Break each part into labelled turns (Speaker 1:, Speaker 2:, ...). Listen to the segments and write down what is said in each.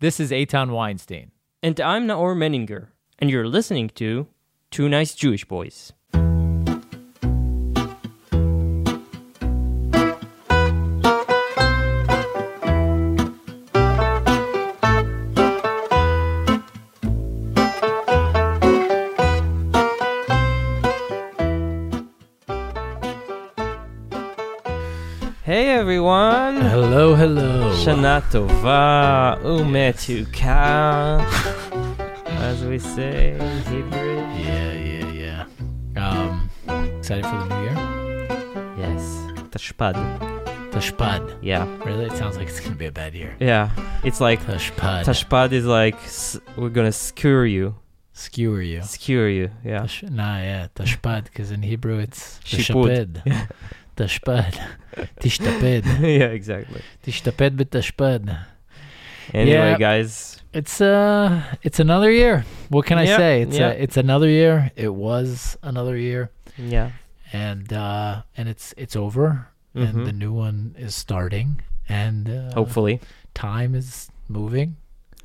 Speaker 1: This is Eitan Weinstein.
Speaker 2: And I'm Naor Menninger, and you're listening to Two Nice Jewish Boys. Hey everyone!
Speaker 1: Hello, Oh, hello.
Speaker 2: Shana Tova, Umetuka, as we say in Hebrew.
Speaker 1: Yeah, yeah, yeah. Um, excited for the new year?
Speaker 2: Yes. Tashpad.
Speaker 1: Tashpad.
Speaker 2: Yeah.
Speaker 1: Really? It sounds like it's going to be a bad year.
Speaker 2: Yeah. It's like
Speaker 1: Tashpad.
Speaker 2: Tashpad is like s- we're gonna skewer you,
Speaker 1: Skewer you.
Speaker 2: skewer you. Yeah.
Speaker 1: Tash- Nah, yeah. Tashpad, because in Hebrew it's
Speaker 2: Shipud.
Speaker 1: Tashpad. Tashpad. Tishtaped.
Speaker 2: yeah. Exactly.
Speaker 1: Tishtaped b'tashpad.
Speaker 2: Anyway,
Speaker 1: Yeah.
Speaker 2: guys.
Speaker 1: It's uh, it's another year. What can I
Speaker 2: Yeah,
Speaker 1: say? It's
Speaker 2: yeah.
Speaker 1: uh, it's another year. It was another year,
Speaker 2: Yeah.
Speaker 1: and uh, and it's it's over,
Speaker 2: Mhm.
Speaker 1: and the new one is starting, and uh,
Speaker 2: Hopefully,
Speaker 1: time is moving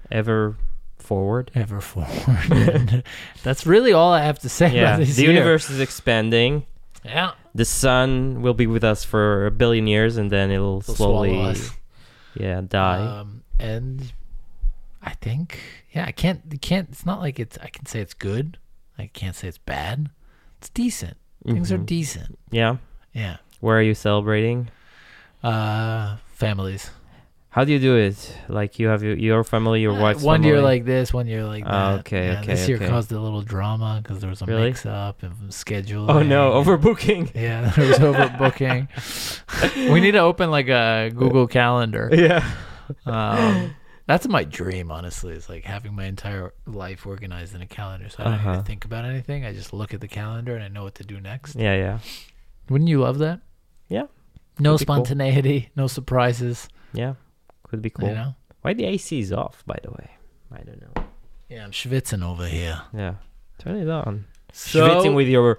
Speaker 2: ever forward.
Speaker 1: ever forward. And that's really all I have to say.
Speaker 2: Yeah.
Speaker 1: about this
Speaker 2: The
Speaker 1: year.
Speaker 2: universe is expanding.
Speaker 1: Yeah,
Speaker 2: The sun will be with us for a billion years, and then it'll
Speaker 1: It'll swallow
Speaker 2: slowly,
Speaker 1: us.
Speaker 2: yeah, die.
Speaker 1: Um, and I think yeah, I can't I can't. It's not like it's. I can say it's good. I can't say it's bad. It's decent. Things are
Speaker 2: Mhm.
Speaker 1: decent.
Speaker 2: yeah.
Speaker 1: Yeah.
Speaker 2: Where are you celebrating?
Speaker 1: Uh, families.
Speaker 2: How do you do it? Like you have your, your family, your
Speaker 1: Uh,
Speaker 2: wife's
Speaker 1: one
Speaker 2: family?
Speaker 1: year like this, one year like
Speaker 2: Oh,
Speaker 1: that.
Speaker 2: okay,
Speaker 1: Yeah,
Speaker 2: okay,
Speaker 1: This year
Speaker 2: okay.
Speaker 1: caused a little drama because there was a
Speaker 2: Really?
Speaker 1: mix-up and schedule.
Speaker 2: oh no, overbooking.
Speaker 1: Yeah, there was overbooking. we need to open like a Google Calendar.
Speaker 2: Yeah.
Speaker 1: Um, that's my dream, honestly. Is like having my entire life organized in a calendar, so I don't
Speaker 2: Uh-huh.
Speaker 1: even think about anything. I just look at the calendar and I know what to do next.
Speaker 2: Yeah, yeah.
Speaker 1: Wouldn't you love that?
Speaker 2: Yeah,
Speaker 1: No
Speaker 2: would be cool.
Speaker 1: spontaneity, no surprises.
Speaker 2: Yeah. Could be cool.
Speaker 1: You know?
Speaker 2: Why the AC is off, by the way? I don't know.
Speaker 1: Yeah, I'm schwitzing over here.
Speaker 2: Yeah. Turn it on.
Speaker 1: So-
Speaker 2: Schwitzing with your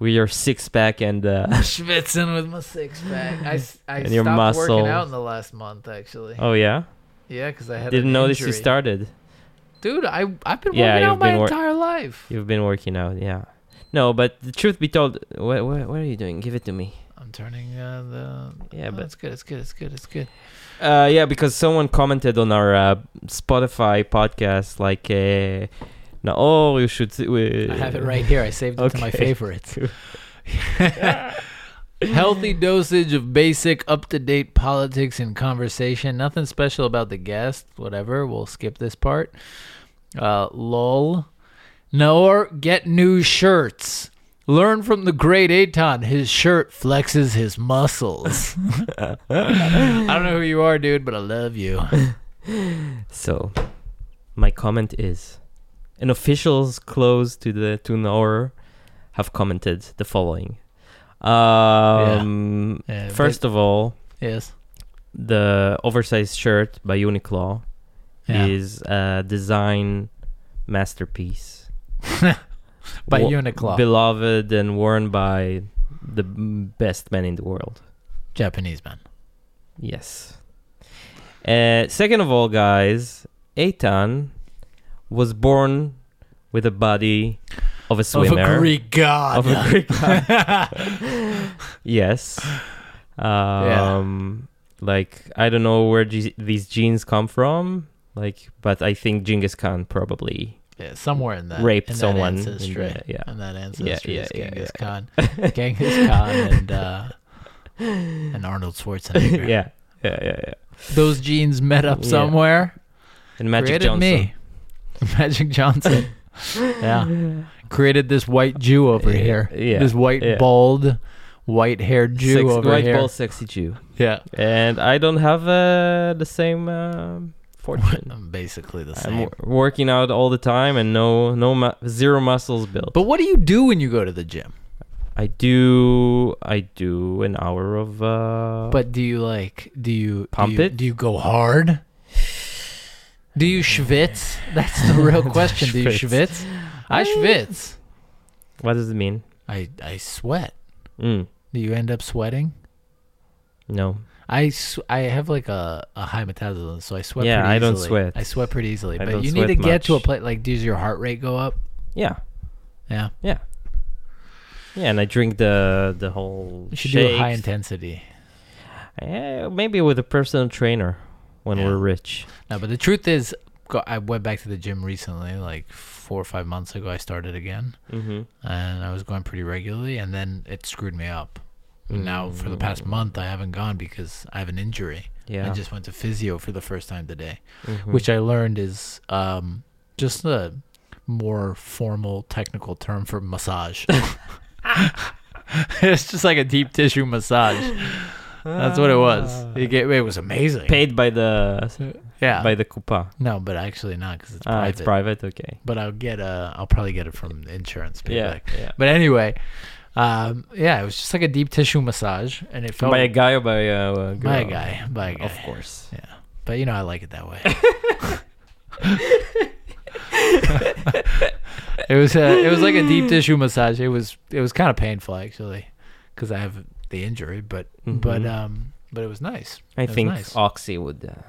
Speaker 2: with your six pack and uh
Speaker 1: Schwitzing with my six pack. I, s- I
Speaker 2: And your
Speaker 1: stopped
Speaker 2: muscles.
Speaker 1: working out in the last month, actually.
Speaker 2: Oh yeah?
Speaker 1: Yeah, because I had
Speaker 2: Didn't
Speaker 1: an
Speaker 2: notice you
Speaker 1: injury.
Speaker 2: started.
Speaker 1: Dude, I I've been
Speaker 2: Yeah,
Speaker 1: working out
Speaker 2: you've
Speaker 1: my
Speaker 2: been wor-
Speaker 1: entire life.
Speaker 2: You've been working out, yeah. No, but the truth be told, what, what, what are you doing? Give it to me.
Speaker 1: I'm turning uh, the
Speaker 2: Yeah,
Speaker 1: oh,
Speaker 2: but-
Speaker 1: it's good. It's good. It's good. It's good.
Speaker 2: Uh, yeah, because someone commented on our uh, Spotify podcast, like, uh, Naor, you should.
Speaker 1: I have it right here. I saved it to my
Speaker 2: Okay.
Speaker 1: favorites.
Speaker 2: Cool.
Speaker 1: Healthy dosage of basic, up to date politics and conversation. Nothing special about the guest. Whatever. We'll skip this part. Uh, lol. Naor, get new shirts. Learn from the great Aton. His shirt flexes his muscles. I don't know who you are, dude, but I love you.
Speaker 2: So, my comment is an officials close to the to Naor have commented the following. Um,
Speaker 1: Yeah,
Speaker 2: First of all,
Speaker 1: Uh, but- yes.
Speaker 2: the oversized shirt by Uniqlo
Speaker 1: Yeah.
Speaker 2: is a design masterpiece.
Speaker 1: By
Speaker 2: Wo-
Speaker 1: Uniqlo.
Speaker 2: Beloved and worn by the m- best men in the world.
Speaker 1: Japanese man.
Speaker 2: Yes. Uh, second of all, guys, Eitan was born with a body of a swimmer.
Speaker 1: Of a Greek god.
Speaker 2: Of a Greek Yes. Um, Like, I don't know where ge- these genes come from. Like, but I think Genghis Khan probably.
Speaker 1: yeah, somewhere in that.
Speaker 2: Raped
Speaker 1: in Uh, that
Speaker 2: someone in
Speaker 1: Ancestry.
Speaker 2: the- yeah.
Speaker 1: And that ancestry
Speaker 2: yeah,
Speaker 1: is
Speaker 2: yeah,
Speaker 1: Genghis Khan. Genghis Khan and, uh, and Arnold Schwarzenegger.
Speaker 2: yeah. Yeah, yeah, yeah.
Speaker 1: Those genes met up
Speaker 2: Yeah.
Speaker 1: somewhere.
Speaker 2: And Magic
Speaker 1: created
Speaker 2: Johnson.
Speaker 1: me. Magic Johnson. yeah. Created this white Jew over
Speaker 2: Yeah,
Speaker 1: here.
Speaker 2: yeah,
Speaker 1: This white,
Speaker 2: yeah.
Speaker 1: bald, white haired Jew
Speaker 2: Sex-
Speaker 1: over
Speaker 2: white
Speaker 1: here.
Speaker 2: ball sexy Jew.
Speaker 1: Yeah.
Speaker 2: And I don't have uh, the same um fortune.
Speaker 1: I'm basically the
Speaker 2: I'm
Speaker 1: same.
Speaker 2: w- working out all the time and no no mu- zero muscles built.
Speaker 1: but what do you do when you go to the gym?
Speaker 2: I do I do an hour of uh
Speaker 1: But do you like do you
Speaker 2: Pump
Speaker 1: do you,
Speaker 2: it?
Speaker 1: Do you go hard? Do you schwitz? That's the real question. do you
Speaker 2: Schwitz.
Speaker 1: schwitz? I schwitz.
Speaker 2: what does it mean?
Speaker 1: I I sweat.
Speaker 2: Mm.
Speaker 1: Do you end up sweating?
Speaker 2: No.
Speaker 1: I, s- I have like a, a high metabolism, so I sweat.
Speaker 2: Yeah,
Speaker 1: pretty
Speaker 2: I don't
Speaker 1: easily.
Speaker 2: sweat.
Speaker 1: I sweat pretty easily,
Speaker 2: I
Speaker 1: but
Speaker 2: don't
Speaker 1: you need to
Speaker 2: sweat
Speaker 1: get to a
Speaker 2: much.
Speaker 1: place like does your heart rate go up?
Speaker 2: Yeah.
Speaker 1: Yeah,
Speaker 2: Yeah. Yeah, and I drink the the whole
Speaker 1: you should do
Speaker 2: shakes.
Speaker 1: high intensity.
Speaker 2: Eh, maybe with a personal trainer when
Speaker 1: Yeah.
Speaker 2: we're rich.
Speaker 1: No, but the truth is, go- I went back to the gym recently, like four or five months ago. I started again,
Speaker 2: Mm-hmm.
Speaker 1: and I was going pretty regularly, and then it screwed me up. Now for the past month, I haven't gone because I have an injury.
Speaker 2: Mm. Yeah.
Speaker 1: I just went to physio for the first time today,
Speaker 2: Mhm.
Speaker 1: which I learned is um, just a more formal technical term for massage. it's just like a deep tissue massage. That's what it was. It, ga- it was amazing.
Speaker 2: paid by the
Speaker 1: yeah.
Speaker 2: by the coupa.
Speaker 1: no, but actually not because it's
Speaker 2: Ah,
Speaker 1: private.
Speaker 2: it's private. Okay.
Speaker 1: But I'll get a. I'll probably get it from the insurance.
Speaker 2: Yeah.
Speaker 1: payback.
Speaker 2: yeah.
Speaker 1: But anyway, um, yeah, it was just like a deep tissue massage, and it felt
Speaker 2: By a guy or by a, a girl? Oh.
Speaker 1: oh. by a guy, by a guy.
Speaker 2: Of course.
Speaker 1: Yeah, but you know I like it that way. it was a, it was like a deep tissue massage. It was it was kind of painful actually, because I have the injury, but but
Speaker 2: Mhm.
Speaker 1: um but it was nice.
Speaker 2: I
Speaker 1: It was
Speaker 2: think
Speaker 1: nice.
Speaker 2: Oxy would uh,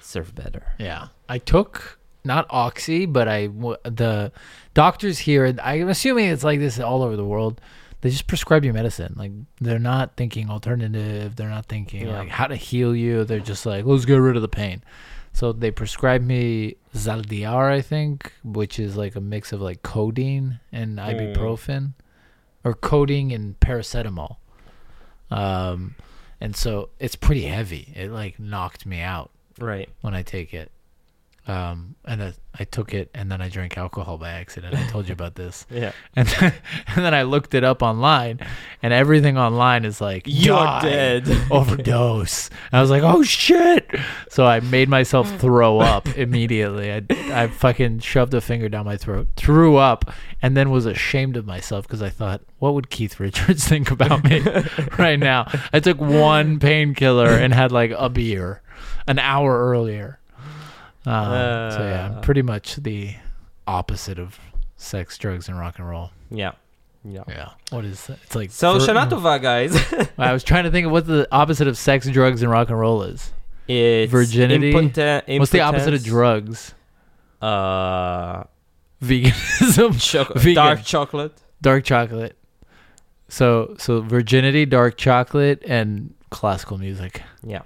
Speaker 2: serve better.
Speaker 1: yeah. I took not oxy, but I w- the doctors here. I'm assuming it's like this all over the world. They just prescribe you medicine. Like they're not thinking alternative. They're not thinking
Speaker 2: Yeah.
Speaker 1: like how to heal you. They're just like let's get rid of the pain. So they prescribed me Zaldiar, I think, which is like a mix of like codeine and
Speaker 2: Mm.
Speaker 1: ibuprofen, or codeine and paracetamol. Um, and so it's pretty heavy. It like knocked me out
Speaker 2: Right.
Speaker 1: when I take it. Um, and I, I took it, and then I drank alcohol by accident. I told you about this,
Speaker 2: Yeah.
Speaker 1: and then, and then I looked it up online, and everything online is like "Die, overdose. And I was like, oh shit! So I made myself throw up immediately. I I fucking shoved a finger down my throat, threw up, and then was ashamed of myself because I thought, what would Keith Richards think about me right now? I took one painkiller and had like a beer an hour earlier. Um, so yeah, I'm
Speaker 2: Uh.
Speaker 1: pretty much the opposite of sex, drugs, and rock and roll.
Speaker 2: yeah. Yeah.
Speaker 1: Yeah. What is that? It's like
Speaker 2: So
Speaker 1: thir-
Speaker 2: Shanatova, guys,
Speaker 1: I was trying to think of what the opposite of sex, drugs, and rock and roll is.
Speaker 2: it's
Speaker 1: Virginity?
Speaker 2: impoten-
Speaker 1: What's the opposite
Speaker 2: impotence.
Speaker 1: of drugs?
Speaker 2: Uh,
Speaker 1: Veganism,
Speaker 2: choc-
Speaker 1: Vegan.
Speaker 2: dark chocolate.
Speaker 1: dark chocolate. So, so virginity, dark chocolate, and classical music.
Speaker 2: Yeah,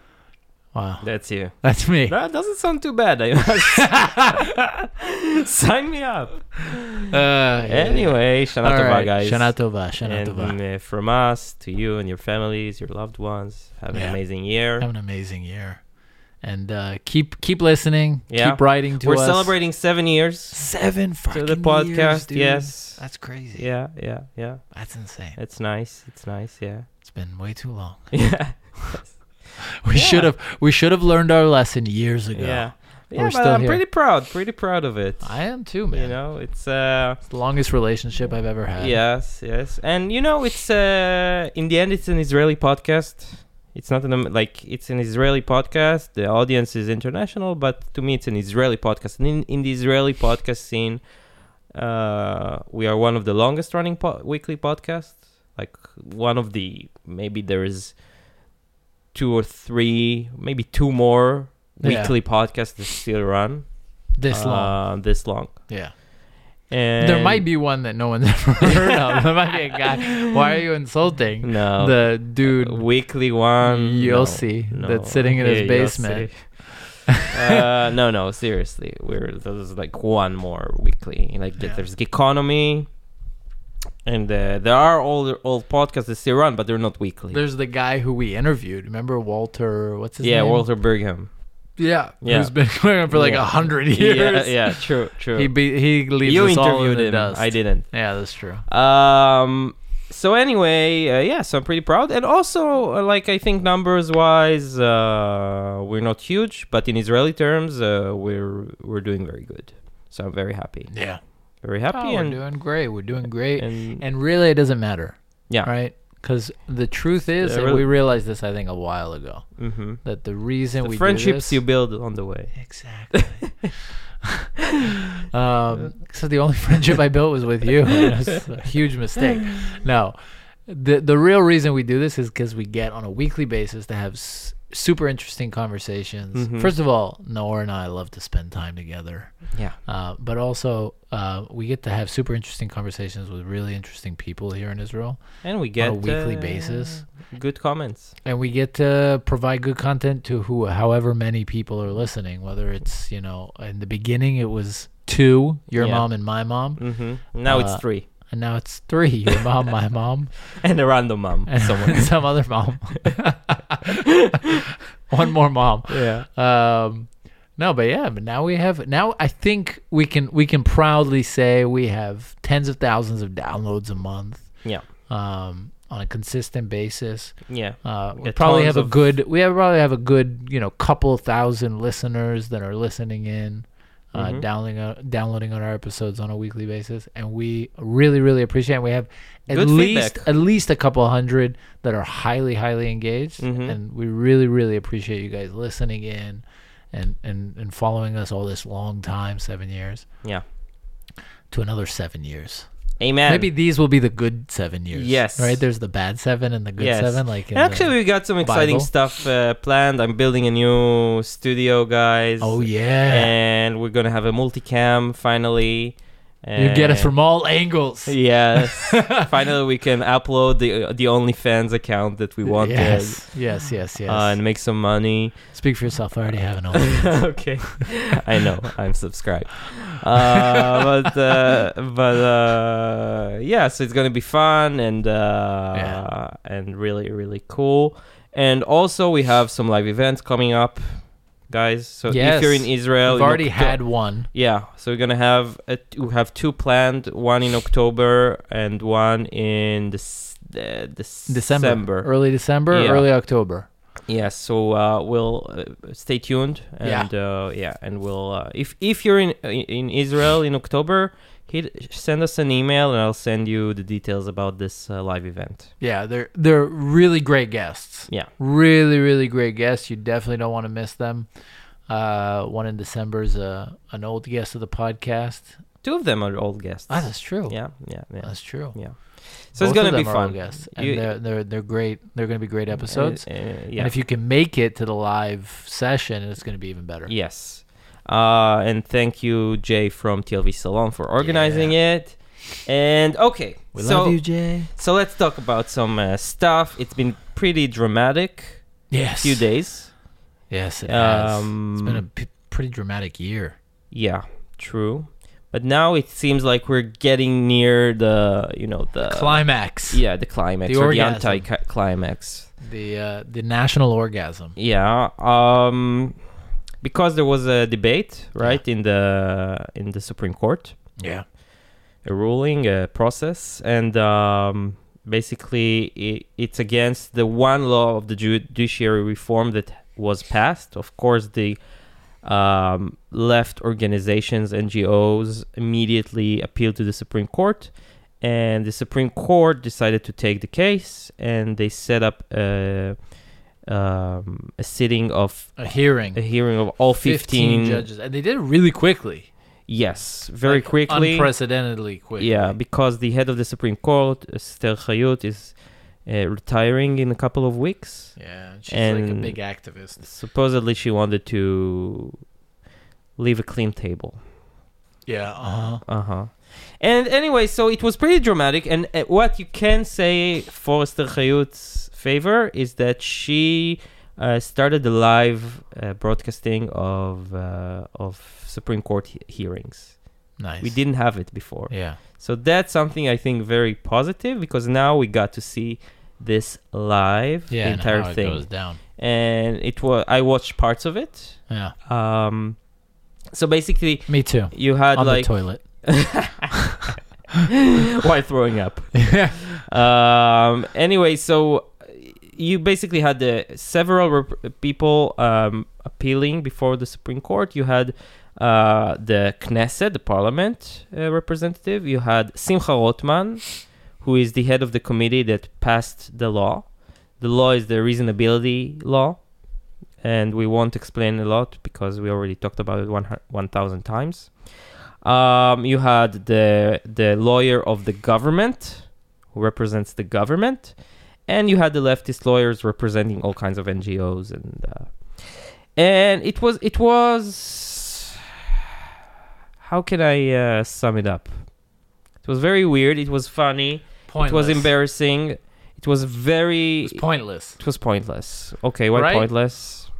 Speaker 1: Wow,
Speaker 2: that's you.
Speaker 1: that's me.
Speaker 2: That doesn't sound too bad. I must- Sign me up.
Speaker 1: Uh, yeah.
Speaker 2: Anyway,
Speaker 1: All
Speaker 2: Shanatova,
Speaker 1: right.
Speaker 2: guys.
Speaker 1: Shanatova,
Speaker 2: and
Speaker 1: Shanatova.
Speaker 2: uh, from us to you and your families, your loved ones, have an
Speaker 1: Yeah.
Speaker 2: amazing year.
Speaker 1: Have an amazing year, and uh, keep keep listening.
Speaker 2: Yeah.
Speaker 1: Keep writing to
Speaker 2: We're
Speaker 1: us.
Speaker 2: celebrating seven years
Speaker 1: seven
Speaker 2: to
Speaker 1: fucking
Speaker 2: the
Speaker 1: years,
Speaker 2: podcast.
Speaker 1: dude.
Speaker 2: yes.
Speaker 1: that's crazy.
Speaker 2: Yeah, yeah, yeah.
Speaker 1: that's insane.
Speaker 2: It's nice. It's nice. Yeah.
Speaker 1: It's been way too long.
Speaker 2: Yeah.
Speaker 1: We
Speaker 2: Yeah.
Speaker 1: should have we should have learned our lesson years ago.
Speaker 2: Yeah. Yeah,
Speaker 1: We're
Speaker 2: but
Speaker 1: still
Speaker 2: I'm
Speaker 1: here.
Speaker 2: pretty proud. Pretty proud of it.
Speaker 1: I am too, Oh, man.
Speaker 2: you know, it's uh
Speaker 1: It's the longest relationship I've ever had.
Speaker 2: Yes, yes, and you know it's uh, in the end it's an Israeli podcast. It's not an Am- like it's an Israeli podcast. The audience is international, but to me it's an Israeli podcast. And in, in the Israeli podcast scene, uh, we are one of the longest running po- weekly podcasts. Like one of the maybe there is two or three, maybe two more
Speaker 1: Yeah.
Speaker 2: weekly podcasts that still run
Speaker 1: This long.
Speaker 2: Uh, this long.
Speaker 1: Yeah.
Speaker 2: And
Speaker 1: there might be one that no one's ever heard of. There might be a guy. Why are you insulting
Speaker 2: no
Speaker 1: the dude
Speaker 2: Uh, weekly one
Speaker 1: Yossi that's sitting in his
Speaker 2: Yeah,
Speaker 1: basement?
Speaker 2: Yossi. uh, no, no, seriously, we're there's like one more weekly. Like
Speaker 1: Yeah.
Speaker 2: there's economy, and uh, there are old old podcasts that still run, but they're not weekly.
Speaker 1: There's the guy who we interviewed. Remember Walter? What's his
Speaker 2: yeah,
Speaker 1: name?
Speaker 2: Walter Brigham.
Speaker 1: Yeah,
Speaker 2: Yeah.
Speaker 1: Who's been going on for like a
Speaker 2: Yeah.
Speaker 1: hundred years?
Speaker 2: Yeah, yeah, true, true.
Speaker 1: He be, he leaves
Speaker 2: you
Speaker 1: us all in
Speaker 2: interviewed
Speaker 1: the
Speaker 2: him.
Speaker 1: dust.
Speaker 2: I didn't.
Speaker 1: Yeah, that's true.
Speaker 2: Um. So anyway, uh, yeah. So I'm pretty proud, and also uh, like I think numbers wise, uh, we're not huge, but in Israeli terms, uh, we're we're doing very good. So I'm very happy,
Speaker 1: Yeah.
Speaker 2: very happy,
Speaker 1: Oh, we're
Speaker 2: and,
Speaker 1: doing great. We're doing great.
Speaker 2: and
Speaker 1: And really, it doesn't matter.
Speaker 2: Yeah.
Speaker 1: Right? Because the truth is,
Speaker 2: the
Speaker 1: and
Speaker 2: rel-
Speaker 1: we realized this, I think, a while ago,
Speaker 2: mhm.
Speaker 1: that the reason
Speaker 2: the
Speaker 1: we
Speaker 2: friendships you
Speaker 1: do
Speaker 2: build on the way.
Speaker 1: this, exactly. um, so the only friendship I built was with you. It was a huge mistake. No. the the real reason we do this is because we get on a weekly basis to have s- super interesting conversations.
Speaker 2: Mhm.
Speaker 1: First of all, Noor and I love to spend time together,
Speaker 2: Yeah.
Speaker 1: uh, but also uh, we get to have super interesting conversations with really interesting people here in Israel.
Speaker 2: And we get
Speaker 1: on a weekly
Speaker 2: uh,
Speaker 1: basis,
Speaker 2: good comments.
Speaker 1: and we get to provide good content to who, however many people are listening. Whether it's you know, in the beginning it was two, your
Speaker 2: Yeah.
Speaker 1: mom and my mom,
Speaker 2: hmm Now
Speaker 1: Uh,
Speaker 2: it's three.
Speaker 1: and now it's three, your mom, my mom,
Speaker 2: And a random mom.
Speaker 1: and
Speaker 2: Someone.
Speaker 1: some other mom. One more mom.
Speaker 2: yeah.
Speaker 1: Um, no, but yeah, but now we have now I think we can we can proudly say we have tens of thousands of downloads a month
Speaker 2: Yeah.
Speaker 1: um, on a consistent basis.
Speaker 2: Yeah.
Speaker 1: Uh, we
Speaker 2: Yeah,
Speaker 1: probably
Speaker 2: tons
Speaker 1: have a
Speaker 2: of-
Speaker 1: good we have, probably have a good you know couple thousand listeners that are listening in. Uh,
Speaker 2: Mhm.
Speaker 1: downloading, uh, downloading on our episodes on a weekly basis, and we really, really appreciate. it. We have at
Speaker 2: Good
Speaker 1: least
Speaker 2: feedback.
Speaker 1: at least a couple hundred that are highly, highly engaged,
Speaker 2: Mhm.
Speaker 1: and we really, really appreciate you guys listening in, and and and following us all this long time, seven years
Speaker 2: Yeah.
Speaker 1: to another seven years.
Speaker 2: Amen.
Speaker 1: Maybe these will be the good seven years.
Speaker 2: Yes.
Speaker 1: right. There's the bad seven and the good
Speaker 2: Yes.
Speaker 1: seven. Like in the-
Speaker 2: Actually, we got some exciting
Speaker 1: Bible.
Speaker 2: stuff uh, planned. I'm building a new studio, guys.
Speaker 1: Oh yeah.
Speaker 2: And we're gonna have a multicam finally.
Speaker 1: you get us
Speaker 2: And-
Speaker 1: from all angles.
Speaker 2: Yes. finally, we can upload the the OnlyFans account that we wanted
Speaker 1: Yes. Yes. Yes. Yes.
Speaker 2: uh, and make some money.
Speaker 1: Speak for yourself. I already have an own.
Speaker 2: okay, I know I'm subscribed, uh, but uh, but uh, yeah, so it's gonna be fun and uh,
Speaker 1: Yeah.
Speaker 2: and really really cool. And also, we have some live events coming up, guys. So if
Speaker 1: Yes.
Speaker 2: you're in Israel,
Speaker 1: I've
Speaker 2: in
Speaker 1: already
Speaker 2: Octo-
Speaker 1: had one.
Speaker 2: Yeah, so we're gonna have a, we have two planned, one in October and one in the uh,
Speaker 1: December, early December,
Speaker 2: Yeah.
Speaker 1: early October.
Speaker 2: Yeah, so uh, we'll uh, stay tuned,
Speaker 1: Yeah.
Speaker 2: and uh, yeah, and we'll uh, if if you're in in Israel in October, hit send us an email, and I'll send you the details about this uh, live event.
Speaker 1: Yeah, they're they're really great guests.
Speaker 2: Yeah.
Speaker 1: really really great guests. You definitely don't want to miss them. Uh, one in December is a an old guest of the podcast.
Speaker 2: Two of them are old guests.
Speaker 1: Ah, that's true.
Speaker 2: Yeah, yeah, yeah.
Speaker 1: that's true.
Speaker 2: Yeah. So
Speaker 1: Both
Speaker 2: it's gonna
Speaker 1: of
Speaker 2: be
Speaker 1: them are old
Speaker 2: fun.
Speaker 1: guests, and
Speaker 2: You-
Speaker 1: they're they're they're great. They're gonna be great episodes.
Speaker 2: Uh, uh, yeah.
Speaker 1: And if you can make it to the live session, it's gonna be even better.
Speaker 2: yes, uh, and thank you, Jay from TLV Salon, for organizing it. And okay,
Speaker 1: We
Speaker 2: so
Speaker 1: love you, Jay.
Speaker 2: so let's talk about some uh, stuff. It's been pretty dramatic.
Speaker 1: Yes,
Speaker 2: few days.
Speaker 1: Yes, it has. It's
Speaker 2: Um,
Speaker 1: been a p- pretty dramatic year.
Speaker 2: Yeah, true. But now it seems like we're getting near the, you know, the
Speaker 1: Climax.
Speaker 2: Uh, yeah, the climax
Speaker 1: The
Speaker 2: or
Speaker 1: orgasm.
Speaker 2: the anti-climax.
Speaker 1: The uh, the national orgasm.
Speaker 2: Yeah, um, because there was a debate, right, in the in the Supreme Court,
Speaker 1: Yeah.
Speaker 2: a ruling, a process, and um, basically i it's against the one law of the judiciary reform that was passed. Of course, the um, left organizations, NGOs, immediately appealed to the Supreme Court, and the Supreme Court decided to take the case, and they set up a, um, a sitting of
Speaker 1: A
Speaker 2: a
Speaker 1: hearing.
Speaker 2: hearing of all 15,
Speaker 1: judges, and they did it really quickly.
Speaker 2: Yes, very
Speaker 1: Like,
Speaker 2: quickly.
Speaker 1: unprecedentedly quick.
Speaker 2: Yeah, because the head of the Supreme Court, uh, Esther Chayot, is uh, retiring in a couple of weeks.
Speaker 1: yeah. She's like a
Speaker 2: And-
Speaker 1: big activist.
Speaker 2: Supposedly, she wanted to leave a clean table.
Speaker 1: Yeah. Uh huh.
Speaker 2: Uh huh. And anyway, so it was pretty dramatic. And uh, what you can say for Esther Chayot's favor is that she uh, started the live uh, broadcasting of uh, of Supreme Court he- hearings.
Speaker 1: Nice.
Speaker 2: We didn't have it before.
Speaker 1: Yeah.
Speaker 2: So that's something I think very positive because now we got to see this live
Speaker 1: Yeah.
Speaker 2: the
Speaker 1: and
Speaker 2: entire
Speaker 1: how it
Speaker 2: thing.
Speaker 1: goes down.
Speaker 2: and it was I watched parts of it.
Speaker 1: Yeah.
Speaker 2: Um so basically
Speaker 1: Me too.
Speaker 2: you had
Speaker 1: On
Speaker 2: like
Speaker 1: the toilet.
Speaker 2: why throwing up. um anyway, so you basically had the several rep- people um appealing before the Supreme Court. You had uh, the Knesset, the parliament uh, representative. You had Simcha Rotman, who is the head of the committee that passed the law. The law is the reasonability law, and we won't explain a lot because we already talked about it one hu- 1,000 times. Um, you had the the lawyer of the government, who represents the government, and you had the leftist lawyers representing all kinds of NGOs and uh, and it was it was how can I uh, sum it up? It was very weird. It was funny.
Speaker 1: Pointless.
Speaker 2: It was embarrassing. It was very.
Speaker 1: It's pointless.
Speaker 2: It was pointless. Okay, why
Speaker 1: Right?
Speaker 2: pointless?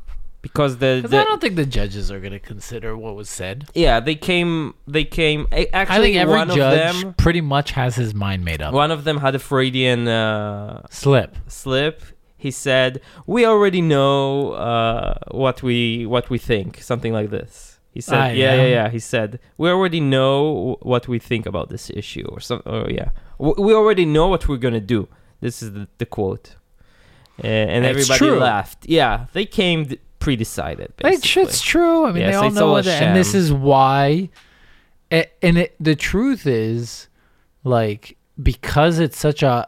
Speaker 2: Because the,
Speaker 1: Because
Speaker 2: the
Speaker 1: I don't think the judges are going to consider what was said.
Speaker 2: yeah they came they came a- actually
Speaker 1: I think every
Speaker 2: one
Speaker 1: judge
Speaker 2: of them
Speaker 1: pretty much has his mind made up.
Speaker 2: one of them had a Freudian uh,
Speaker 1: Slip.
Speaker 2: slip. He said we already know uh, what we what we think something like this. He said
Speaker 1: I
Speaker 2: yeah yeah
Speaker 1: am.
Speaker 2: yeah. He said we already know what we think about this issue or some or yeah W- we already know what we're gonna do. This is the, the quote. Uh, and
Speaker 1: It's
Speaker 2: everybody
Speaker 1: true.
Speaker 2: laughed. Yeah, they came d- pre-decided.
Speaker 1: It's,
Speaker 2: Basically.
Speaker 1: it's true. I mean,
Speaker 2: Yes,
Speaker 1: they all
Speaker 2: it's
Speaker 1: know
Speaker 2: all a
Speaker 1: it, and this
Speaker 2: sham.
Speaker 1: is why. a- And it, the truth is, like, because it's such a.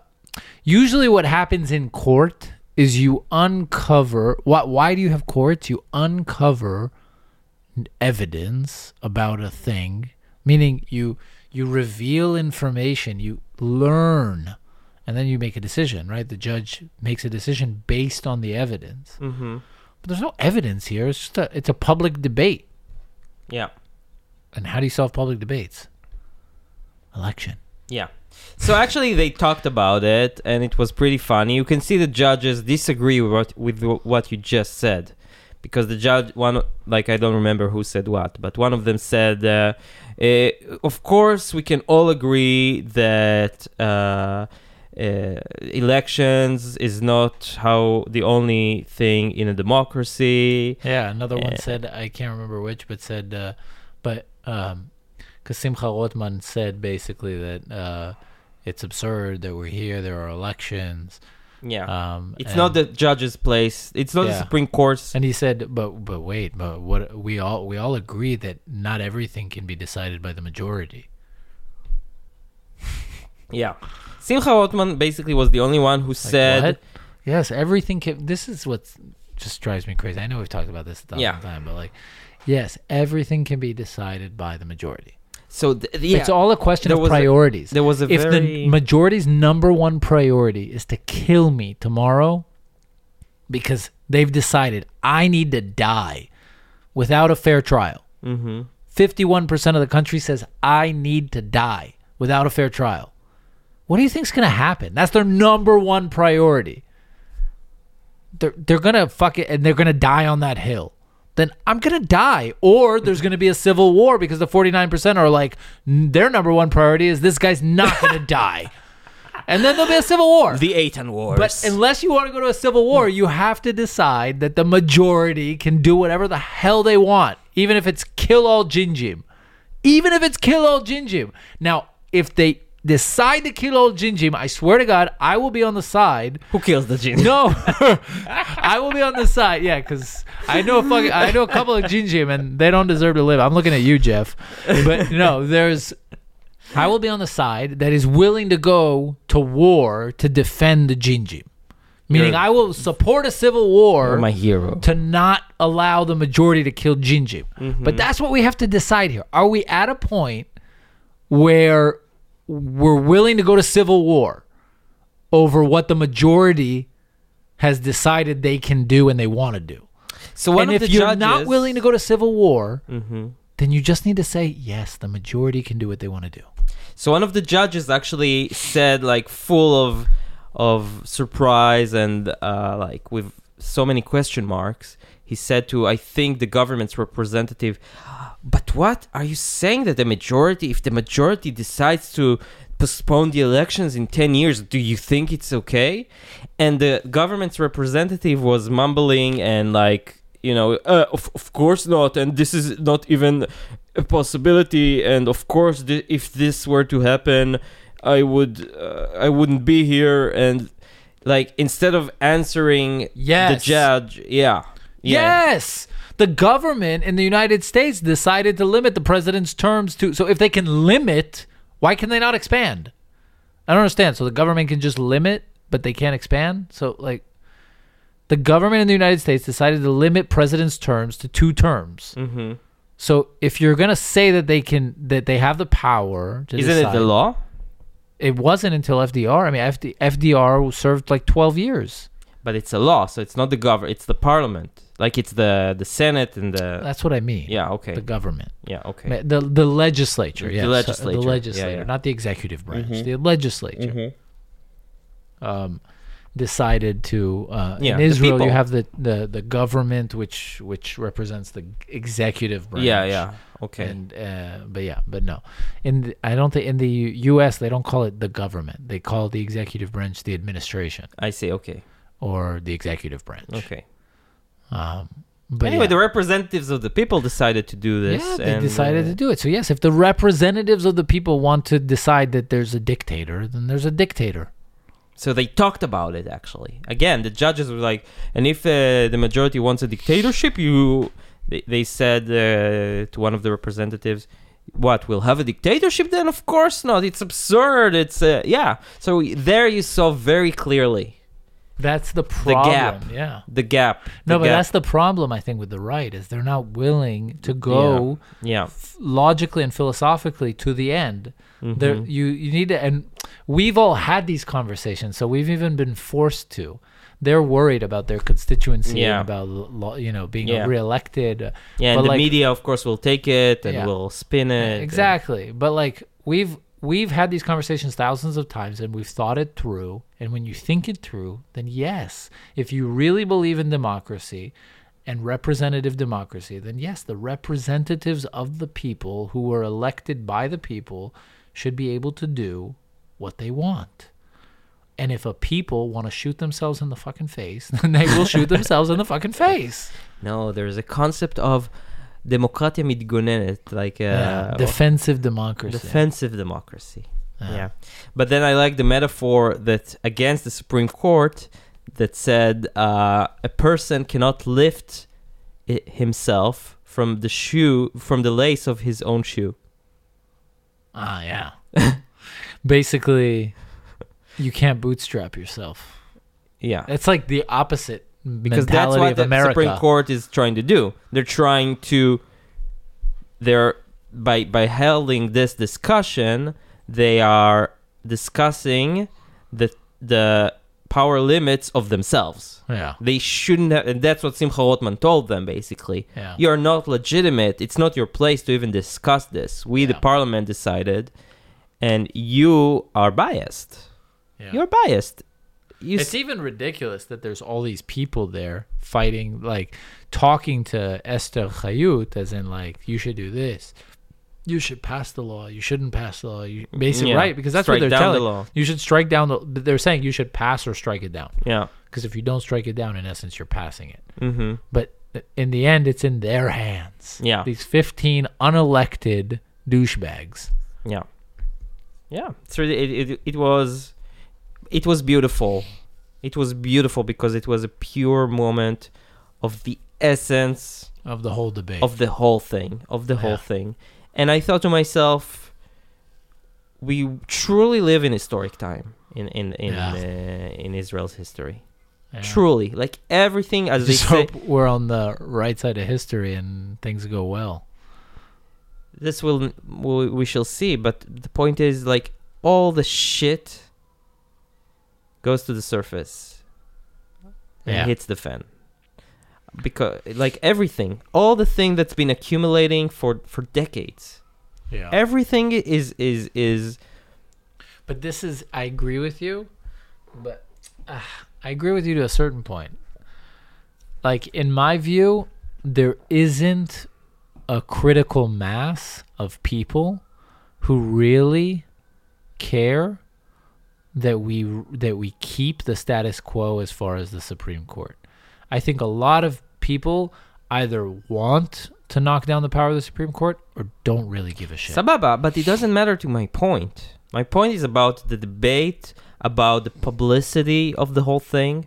Speaker 1: Usually, what happens in court is you uncover. Why, why do you have courts? You uncover evidence about a thing, meaning you you reveal information, you learn, and then you make a decision. Right? The judge makes a decision based on the evidence.
Speaker 2: Mm-hmm.
Speaker 1: But there's no evidence here. It's just a, it's a public debate.
Speaker 2: Yeah.
Speaker 1: And how do you solve public debates? Election.
Speaker 2: Yeah. So actually, they talked about it, and it was pretty funny. You can see the judges disagree with what, with what you just said, because the judge one like I don't remember who said what, but one of them said, uh, eh, "Of course, we can all agree that." Uh, uh, elections is not how the only thing in a democracy.
Speaker 1: Yeah, another one
Speaker 2: Yeah.
Speaker 1: said I can't remember which, but said, uh, but um, because Simcha Rotman said basically that uh, it's absurd that we're here. There are elections.
Speaker 2: Yeah,
Speaker 1: Um,
Speaker 2: Uh, it's
Speaker 1: and-
Speaker 2: not the judge's place. It's not the
Speaker 1: Yeah.
Speaker 2: Supreme Court's.
Speaker 1: And he said, but but wait, but what we all we all agree that not everything can be decided by the majority.
Speaker 2: Yeah, Simcha Rotman basically was the only one who
Speaker 1: Like,
Speaker 2: said.
Speaker 1: what? yes everything can this is what just drives me crazy i know we've talked about this a thousand
Speaker 2: Yeah.
Speaker 1: times but like yes everything can be decided by the majority
Speaker 2: So th- yeah,
Speaker 1: it's all a question
Speaker 2: There
Speaker 1: of
Speaker 2: was a-
Speaker 1: priorities
Speaker 2: there was a
Speaker 1: if
Speaker 2: very
Speaker 1: the majority's number one priority is to kill me tomorrow because they've decided i need to die without a fair trial
Speaker 2: Mhm.
Speaker 1: 51% of the country says i need to die without a fair trial what do you think's going to happen that's their number one priority they're, they're going to fuck it and they're going to die on that hill then i'm going to die or there's going to be a civil war because the 49% are like "N- their number one priority is this guy's not going to die and then there'll be a civil war
Speaker 2: the Eitan Wars.
Speaker 1: but unless you want to go to a civil war, you have to decide that the majority can do whatever the hell they want, even if it's kill all Jinjim. Even if it's kill all Jinjim. Now, if they decide to kill all Jinjim, I swear to God, I will be on the side.
Speaker 2: who kills the genie?
Speaker 1: No, I will be on the side. Yeah, because I know a fucking, I know a couple of Jinjim, and they don't deserve to live. I'm looking at you, Jeff. But no, there's. I will be on the side that is willing to go to war to defend the Jinjim, meaning
Speaker 2: You're-
Speaker 1: I will support a civil war
Speaker 2: You're my hero.
Speaker 1: to not allow the majority to kill Jinjim.
Speaker 2: Mm-hmm.
Speaker 1: But that's what we have to decide here. Are we at a point where we're willing to go to civil war over what the majority has decided they can do and they want to do?
Speaker 2: So one
Speaker 1: and
Speaker 2: of the
Speaker 1: if you're
Speaker 2: judges,
Speaker 1: not willing to go to civil war,
Speaker 2: hmm
Speaker 1: then you just need to say, yes, the majority can do what they want to do.
Speaker 2: So one of the judges actually said, like, full of of surprise and uh, like with so many question marks. He said to, I think the government's representative, but what are you saying that the majority, if the majority decides to postpone the elections in 10 years, do you think it's okay? And the government's representative was mumbling and like, you know, uh, of, of course not. And this is not even a possibility. And of course, th- if this were to happen, I would, uh, I wouldn't be here. And like, instead of answering the
Speaker 1: Yes.
Speaker 2: judge, yeah.
Speaker 1: Yes. The government in the United States decided to limit the president's terms to. So if they can limit, why can they not expand? I don't understand. So the government can just limit, but they can't expand? So, like, the government in the United States decided to limit president's terms to two terms.
Speaker 2: Mm-hmm.
Speaker 1: So if you're going to say that they can, that they have the power to
Speaker 2: Isn't it
Speaker 1: decide-
Speaker 2: the law?
Speaker 1: It wasn't until FDR. I mean, FD, FDR served like 12 years.
Speaker 2: But it's a law, so it's not the government. It's the parliament. Like it's the the Senate and the
Speaker 1: That's what I mean.
Speaker 2: yeah. Okay.
Speaker 1: Uh, The government.
Speaker 2: yeah. Okay.
Speaker 1: Ma- The the legislature,
Speaker 2: The
Speaker 1: yes. Uh,
Speaker 2: legislature,
Speaker 1: the
Speaker 2: yeah,
Speaker 1: legislator,
Speaker 2: yeah. Mm-hmm.
Speaker 1: not the executive branch. The legislature
Speaker 2: Mhm.
Speaker 1: um, decided to. Uh,
Speaker 2: Mm-hmm. Yeah,
Speaker 1: in
Speaker 2: the
Speaker 1: Israel, you
Speaker 2: people.
Speaker 1: have the, the, the government, which which represents the executive branch.
Speaker 2: Yeah. Yeah. Okay.
Speaker 1: And uh, but yeah, but no, in the, I don't think in the U- U.S. they don't call it the government. They call the executive branch the administration
Speaker 2: I see. Okay.
Speaker 1: or the executive branch.
Speaker 2: Okay.
Speaker 1: Um, but
Speaker 2: anyway,
Speaker 1: yeah.
Speaker 2: the representatives of the people decided to do this.
Speaker 1: Yeah, they
Speaker 2: and,
Speaker 1: decided
Speaker 2: uh,
Speaker 1: to do it. So yes, if the representatives of the people want to decide that there's a dictator, then there's a dictator.
Speaker 2: So they talked about it actually. Again, the judges were like, and if uh, the majority wants a dictatorship, you, they, they said uh, to one of the representatives, what we'll have a dictatorship then? Of course not. It's absurd. It's uh, yeah. So there you saw very clearly
Speaker 1: That's the
Speaker 2: the
Speaker 1: problem.
Speaker 2: gap,
Speaker 1: Yeah.
Speaker 2: the gap.
Speaker 1: No,
Speaker 2: the
Speaker 1: but
Speaker 2: gap.
Speaker 1: that's the problem I think with the right is they're not willing to go
Speaker 2: yeah.
Speaker 1: f- logically and philosophically to the end.
Speaker 2: Mm-hmm.
Speaker 1: There, you you need to, and we've all had these conversations, so we've even been forced to. They're worried about their constituency
Speaker 2: Yeah.
Speaker 1: and about lo- you know being
Speaker 2: Yeah.
Speaker 1: reelected.
Speaker 2: Yeah,
Speaker 1: But,
Speaker 2: and the
Speaker 1: like,
Speaker 2: media, of course, will take it and
Speaker 1: Yeah.
Speaker 2: will spin it. and-
Speaker 1: Exactly. But like we've we've had these conversations thousands of times and we've thought it through and when you think it through, then yes, if you really believe in democracy and representative democracy, then yes, the representatives of the people who were elected by the people should be able to do what they want. And if a people want to shoot themselves in the fucking face, then they will shoot themselves in the fucking face.
Speaker 2: No, there's a concept of democratia midgonenet, like uh,
Speaker 1: Yeah, defensive democracy. Ah.
Speaker 2: defensive democracy. Yeah. But then I like the metaphor that against the Supreme Court that said uh, a person cannot lift i himself from the shoe from the lace of his own shoe.
Speaker 1: Ah, yeah. Basically, you can't bootstrap yourself.
Speaker 2: Yeah.
Speaker 1: It's like the opposite
Speaker 2: Because that's
Speaker 1: mentality
Speaker 2: what
Speaker 1: of
Speaker 2: the
Speaker 1: America.
Speaker 2: Supreme Court is trying to do. They're trying to they're by by holding this discussion, they are discussing the the power limits of themselves.
Speaker 1: Yeah,
Speaker 2: They shouldn't have, and that's what Simcha Rotman told them basically.
Speaker 1: yeah,
Speaker 2: You're not legitimate. It's not your place to even discuss this. We, the
Speaker 1: Yeah.
Speaker 2: parliament, decided, and you are biased.
Speaker 1: yeah.
Speaker 2: You're biased. You
Speaker 1: It's even ridiculous that there's all these people there fighting, like talking to Esther Chayut, as in like you should do this, you should pass the law, you shouldn't pass the law, you basically
Speaker 2: Yeah.
Speaker 1: right because that's
Speaker 2: Strike
Speaker 1: what they're
Speaker 2: down the
Speaker 1: telling.
Speaker 2: law.
Speaker 1: You should strike down the. but They're saying you should pass or strike it down
Speaker 2: yeah.
Speaker 1: because if you don't strike it down, in essence, you're passing it.
Speaker 2: Mm-hmm.
Speaker 1: but in the end it's in their hands
Speaker 2: Yeah.
Speaker 1: these 15 unelected douchebags
Speaker 2: Yeah. Yeah. It's really, it, it, it was it was beautiful. It was beautiful because it was a pure moment of the essence
Speaker 1: of the whole debate
Speaker 2: of the whole thing of the whole
Speaker 1: Yeah.
Speaker 2: thing and i thought to myself we truly live in historic time in in in,
Speaker 1: Yeah.
Speaker 2: uh, in israel's history
Speaker 1: Yeah.
Speaker 2: truly like everything as they
Speaker 1: just
Speaker 2: say
Speaker 1: hope we're on the right side of history and things go well
Speaker 2: this will we, we shall see but the point is like all the shit goes to the surface and
Speaker 1: Yeah.
Speaker 2: hits the fan because like everything all the thing that's been accumulating for for decades
Speaker 1: yeah
Speaker 2: everything is is is
Speaker 1: but this is i agree with you but uh, i agree with you to a certain point like in my view there isn't a critical mass of people who really care that we that we keep the status quo as far as the Supreme Court. I think a lot of people either want to knock down the power of the Supreme Court or don't really give a shit.
Speaker 2: Sababa, but it doesn't matter to my point. My point is about the debate, about the publicity of the whole thing,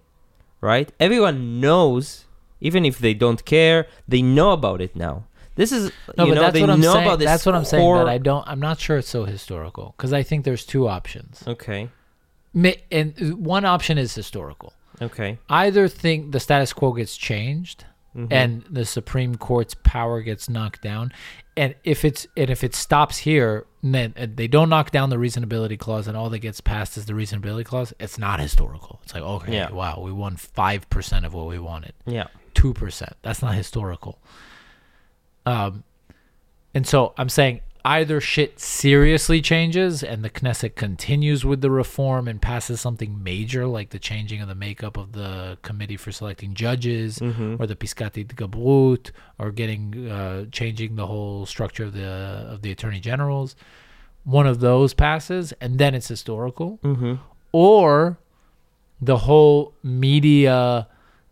Speaker 2: right? Everyone knows, even if they don't care, they know about it now. This is
Speaker 1: No,
Speaker 2: you
Speaker 1: but
Speaker 2: know
Speaker 1: that's
Speaker 2: they
Speaker 1: what I'm
Speaker 2: know
Speaker 1: saying.
Speaker 2: about this.
Speaker 1: that's what I'm saying.
Speaker 2: core-
Speaker 1: But I don't. I'm not sure it's so historical because I think there's two options.
Speaker 2: okay,
Speaker 1: Ma- And uh, one option is historical.
Speaker 2: okay,
Speaker 1: Either think the status quo gets changed,
Speaker 2: Mhm.
Speaker 1: and the Supreme Court's power gets knocked down. And if it's and if it stops here, then uh, they don't knock down the reasonability clause, and all that gets passed is the reasonability clause. It's not historical. It's like okay,
Speaker 2: Yeah.
Speaker 1: wow, we won five percent of what we wanted,
Speaker 2: yeah,
Speaker 1: two percent. That's not historical. Um, and so I'm saying either shit seriously changes and the Knesset continues with the reform and passes something major like the changing of the makeup of the committee for selecting judges
Speaker 2: Mhm.
Speaker 1: or the Piscati Gabrut or getting uh, changing the whole structure of the of the attorney generals. One of those passes and then it's historical
Speaker 2: mm-hmm.
Speaker 1: or the whole media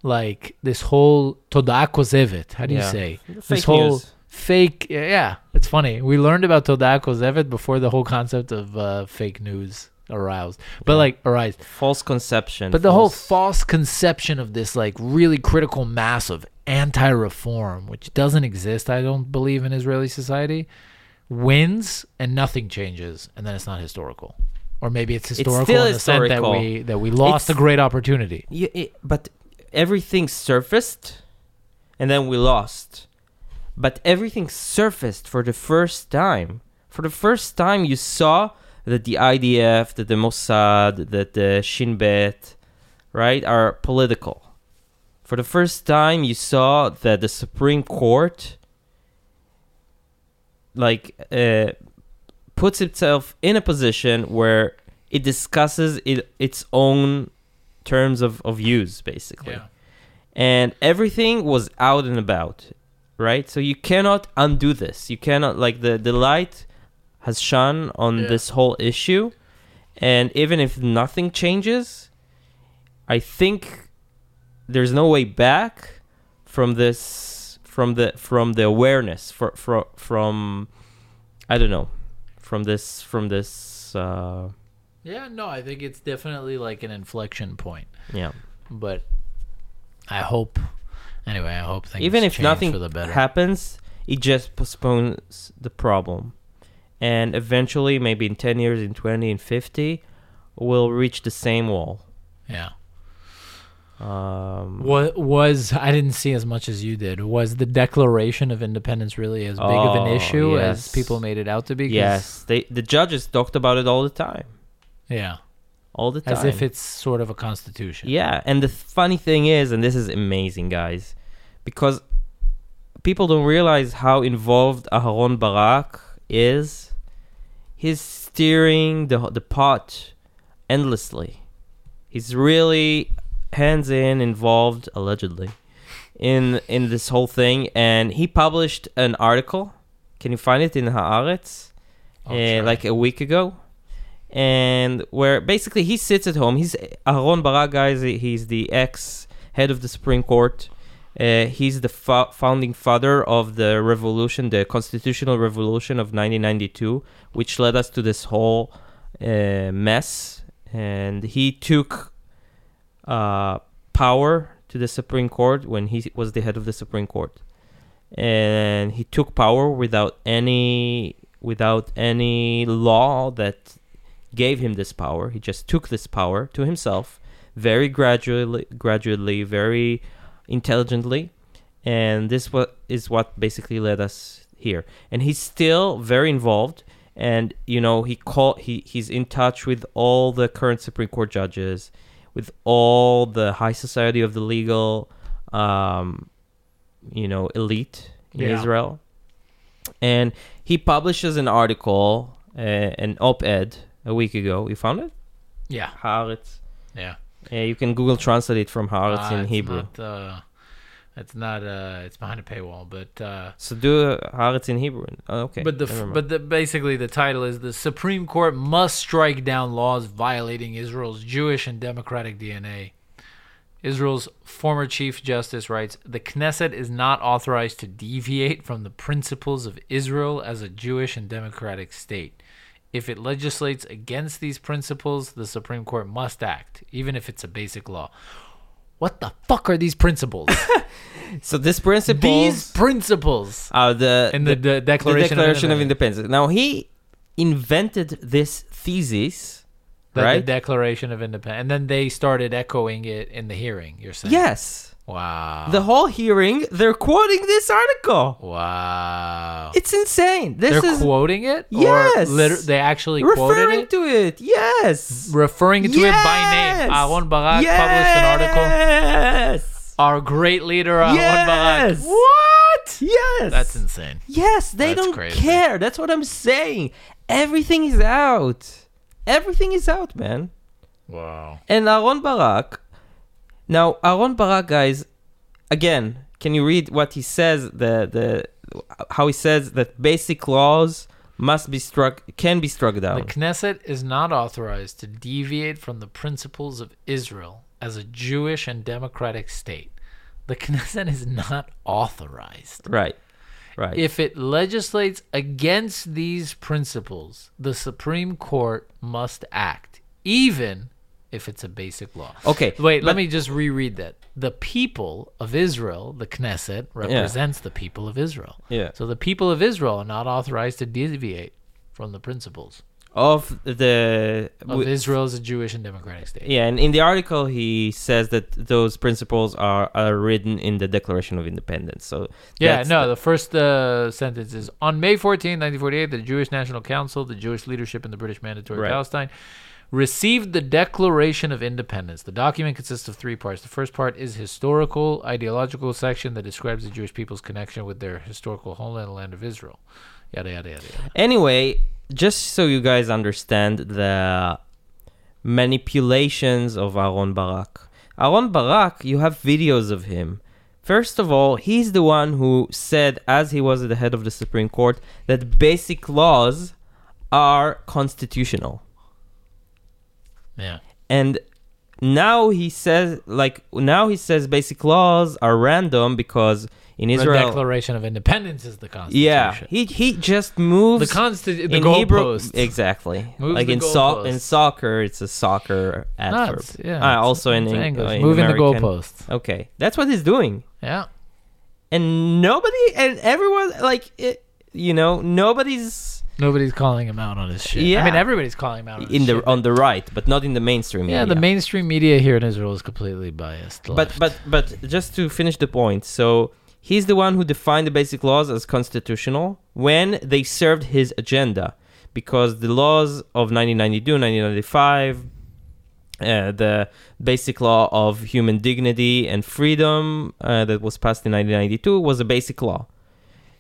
Speaker 1: like this whole Toda Kozevit, how do you
Speaker 2: Yeah.
Speaker 1: say?
Speaker 2: Fake
Speaker 1: this whole
Speaker 2: news.
Speaker 1: fake yeah, it's funny. We learned about Toda Kozevit before the whole concept of uh, fake news aroused. But
Speaker 2: Yeah.
Speaker 1: like arise.
Speaker 2: false conception.
Speaker 1: But the whole
Speaker 2: false-
Speaker 1: false conception of this like really critical mass of anti-reform, which doesn't exist, I don't believe in Israeli society, wins and nothing changes, and then it's not historical. Or maybe it's historical
Speaker 2: still
Speaker 1: in the
Speaker 2: historical.
Speaker 1: sense that we that we lost
Speaker 2: It's-
Speaker 1: a great opportunity.
Speaker 2: Yeah, it, but everything surfaced, and then we lost. But everything surfaced for the first time. For the first time, you saw that the IDF, that the Mossad, that the Shin Bet, right, are political. For the first time, you saw that the Supreme Court, like, uh, puts itself in a position where it discusses it, its own terms of, of use basically and everything was out and about right so you cannot undo this you cannot like the, the light has shone on
Speaker 1: Yeah.
Speaker 2: this whole issue and even if nothing changes i think there's no way back from this from the from the awareness for, for from i don't know from this from this uh
Speaker 1: Yeah, no, I think it's definitely like an inflection point.
Speaker 2: yeah
Speaker 1: But I hope anyway, I hope things
Speaker 2: even if
Speaker 1: change
Speaker 2: nothing
Speaker 1: for the better.
Speaker 2: happens it just postpones the problem and eventually maybe in 10 years in 20 in 50 we'll reach the same wall
Speaker 1: yeah.
Speaker 2: um
Speaker 1: What was I didn't see as much as you did. Was the Declaration of Independence really as big of an
Speaker 2: Oh,
Speaker 1: issue as
Speaker 2: yes.
Speaker 1: people made it out to be? 'Cause-
Speaker 2: yes they the judges talked about it all the time
Speaker 1: Yeah.
Speaker 2: all the time
Speaker 1: As if it's sort of a constitution.
Speaker 2: Yeah, and the funny thing is, and this is amazing, guys, because people don't realize how involved Aharon Barak is. He's steering the the pot endlessly. He's really hands in involved, allegedly, in in this whole thing, and he published an article. Can you find it in Haaretz?
Speaker 1: I'll
Speaker 2: uh,
Speaker 1: try.
Speaker 2: like a week ago, and where basically he sits at home. He's Aaron Barak, guys. He's the ex head of the Supreme Court. Uh, he's the fo- founding father of the revolution, the constitutional revolution of 1992, which led us to this whole uh, mess. And he took uh, power to the Supreme Court when he was the head of the Supreme Court, and he took power without any without any law that gave him this power. He just took this power to himself, very gradually, gradually, very intelligently, and this what is what basically led us here. And he's still very involved, and you know he call he he's in touch with all the current Supreme Court judges, with all the high society of the legal, um, you know, elite in
Speaker 1: Yeah.
Speaker 2: Israel, and he publishes an article, uh, an op-ed a week ago. You found it?
Speaker 1: Yeah.
Speaker 2: Haaretz.
Speaker 1: Yeah.
Speaker 2: Uh, you can Google translate it from Haaretz
Speaker 1: Uh,
Speaker 2: in
Speaker 1: it's
Speaker 2: Hebrew.
Speaker 1: Not, uh, it's not uh it's behind a paywall, but uh
Speaker 2: So do uh, Haaretz in Hebrew. Oh, okay.
Speaker 1: But the f-
Speaker 2: never mind.
Speaker 1: but the, basically the title is the Supreme Court must strike down laws violating Israel's Jewish and democratic DNA. Israel's former chief justice writes, "The Knesset is not authorized to deviate from the principles of Israel as a Jewish and democratic state. If it legislates against these principles, the Supreme Court must act, even if it's a basic law." What the fuck are these principles?
Speaker 2: so this principle
Speaker 1: these principles
Speaker 2: are the
Speaker 1: in the, the
Speaker 2: Uh, the
Speaker 1: Declaration,
Speaker 2: Declaration
Speaker 1: of
Speaker 2: of Independence. Now he invented this thesis,
Speaker 1: That
Speaker 2: right?
Speaker 1: The Declaration of Independence. And then they started echoing it in the hearing, you're saying?
Speaker 2: yes.
Speaker 1: Wow.
Speaker 2: The whole hearing, they're quoting this article.
Speaker 1: wow.
Speaker 2: It's insane. This
Speaker 1: They're
Speaker 2: is
Speaker 1: quoting it?
Speaker 2: Yes.
Speaker 1: Or liter- they actually quoted
Speaker 2: referring
Speaker 1: it?
Speaker 2: to it. Yes.
Speaker 1: referring to it by name. Aaron Barak published an article.
Speaker 2: Yes.
Speaker 1: Our great leader, Aaron
Speaker 2: Yes.
Speaker 1: Barak. What?
Speaker 2: Yes.
Speaker 1: That's insane.
Speaker 2: Yes, they
Speaker 1: That's
Speaker 2: don't
Speaker 1: crazy.
Speaker 2: care. That's what I'm saying. Everything is out. Everything is out, man.
Speaker 1: Wow.
Speaker 2: And Aaron Barak. Now, Aaron Barak, guys, again, can you read what he says? The the how he says that basic laws must be struck can be struck down.
Speaker 1: The Knesset is not authorized to deviate from the principles of Israel as a Jewish and democratic state. The Knesset is not authorized.
Speaker 2: right. Right.
Speaker 1: If it legislates against these principles, the Supreme Court must act, even if it's a basic law.
Speaker 2: Okay,
Speaker 1: Wait,
Speaker 2: but-
Speaker 1: let me just reread that. The people of Israel, the Knesset, represents the people of Israel.
Speaker 2: Yeah.
Speaker 1: So the people of Israel are not authorized to deviate from the principles
Speaker 2: of the
Speaker 1: of Israel as a Jewish and democratic state.
Speaker 2: yeah, and in the article he says that those principles are, are written in the Declaration of Independence. So
Speaker 1: Yeah,
Speaker 2: that's
Speaker 1: no, the, first uh, sentence is on May 14, 1948, the Jewish National Council, the Jewish leadership in the British Mandatory
Speaker 2: Right.
Speaker 1: Palestine, received the Declaration of Independence. The document consists of three parts. The first part is historical, ideological section that describes the Jewish people's connection with their historical homeland, the land of Israel. Yada, yada, yada, yada.
Speaker 2: Anyway, just so you guys understand the manipulations of Aaron Barak. Aaron Barak, you have videos of him. First of all, he's the one who said, as he was at the head of the Supreme Court, that basic laws are constitutional.
Speaker 1: Yeah.
Speaker 2: And now he says, like, now he says basic laws are random because in
Speaker 1: The
Speaker 2: Israel.
Speaker 1: Declaration of Independence is the Constitution.
Speaker 2: Yeah, he, he just moves
Speaker 1: The, consti- the
Speaker 2: in Hebrew,
Speaker 1: goalposts.
Speaker 2: exactly.
Speaker 1: Moves
Speaker 2: like
Speaker 1: the
Speaker 2: in so-
Speaker 1: goalposts.
Speaker 2: in soccer, it's a soccer adverb.
Speaker 1: Nuts, yeah,
Speaker 2: Ah,
Speaker 1: it's-
Speaker 2: also in,
Speaker 1: it's
Speaker 2: Eng-
Speaker 1: English.
Speaker 2: uh, in
Speaker 1: Moving
Speaker 2: American.
Speaker 1: the goalposts.
Speaker 2: Okay, that's what he's doing,
Speaker 1: Yeah.
Speaker 2: and nobody and everyone like it, you know nobody's
Speaker 1: Nobody's calling him out on his shit. I
Speaker 2: Yeah.
Speaker 1: mean, everybody's calling him out on his
Speaker 2: in the
Speaker 1: shit.
Speaker 2: on the right, but not in the mainstream.
Speaker 1: Yeah, the
Speaker 2: media.
Speaker 1: mainstream media here in Israel is completely biased.
Speaker 2: But but but just to finish the point, so he's the one who defined the basic laws as constitutional when they served his agenda, because the laws of 1992, 1995, uh, the basic law of human dignity and freedom uh, that was passed in 1992 was a basic law.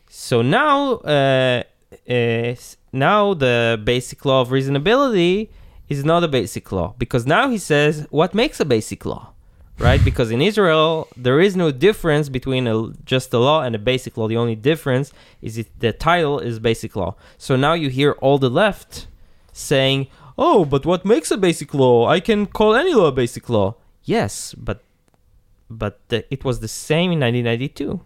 Speaker 2: So now, uh, uh, now the basic law of reasonability is not a basic law because now he says what makes a basic law, right? because in Israel there is no difference between a, just a law and a basic law. The only difference is it, the title is basic law. So now you hear all the left saying, "Oh, but what makes a basic law? I can call any law a basic law." Yes, but but the, it was the same in 1992.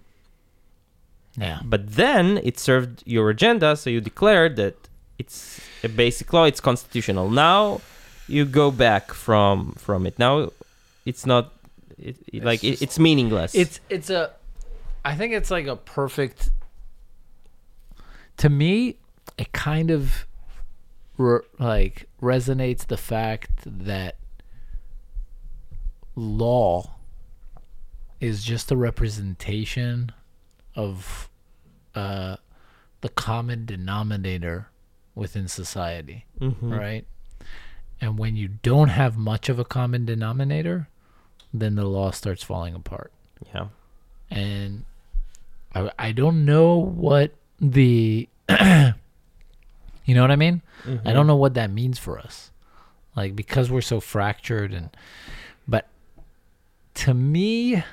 Speaker 1: yeah,
Speaker 2: But then it served your agenda, so you declared that it's a basic law, it's constitutional. Now you go back from from it. Now it's not it, it- like it,
Speaker 1: just-
Speaker 2: it's meaningless.
Speaker 1: it's it's a. I think it's like a perfect. To me, it kind of, re- like resonates the fact that law is just a representation of uh, the common denominator within society.
Speaker 2: Mhm.
Speaker 1: right? And when you don't have much of a common denominator, then the law starts falling apart.
Speaker 2: yeah.
Speaker 1: And I, I don't know what the, you know what I mean? I don't know what that means for us. Like, because we're so fractured and, but to me,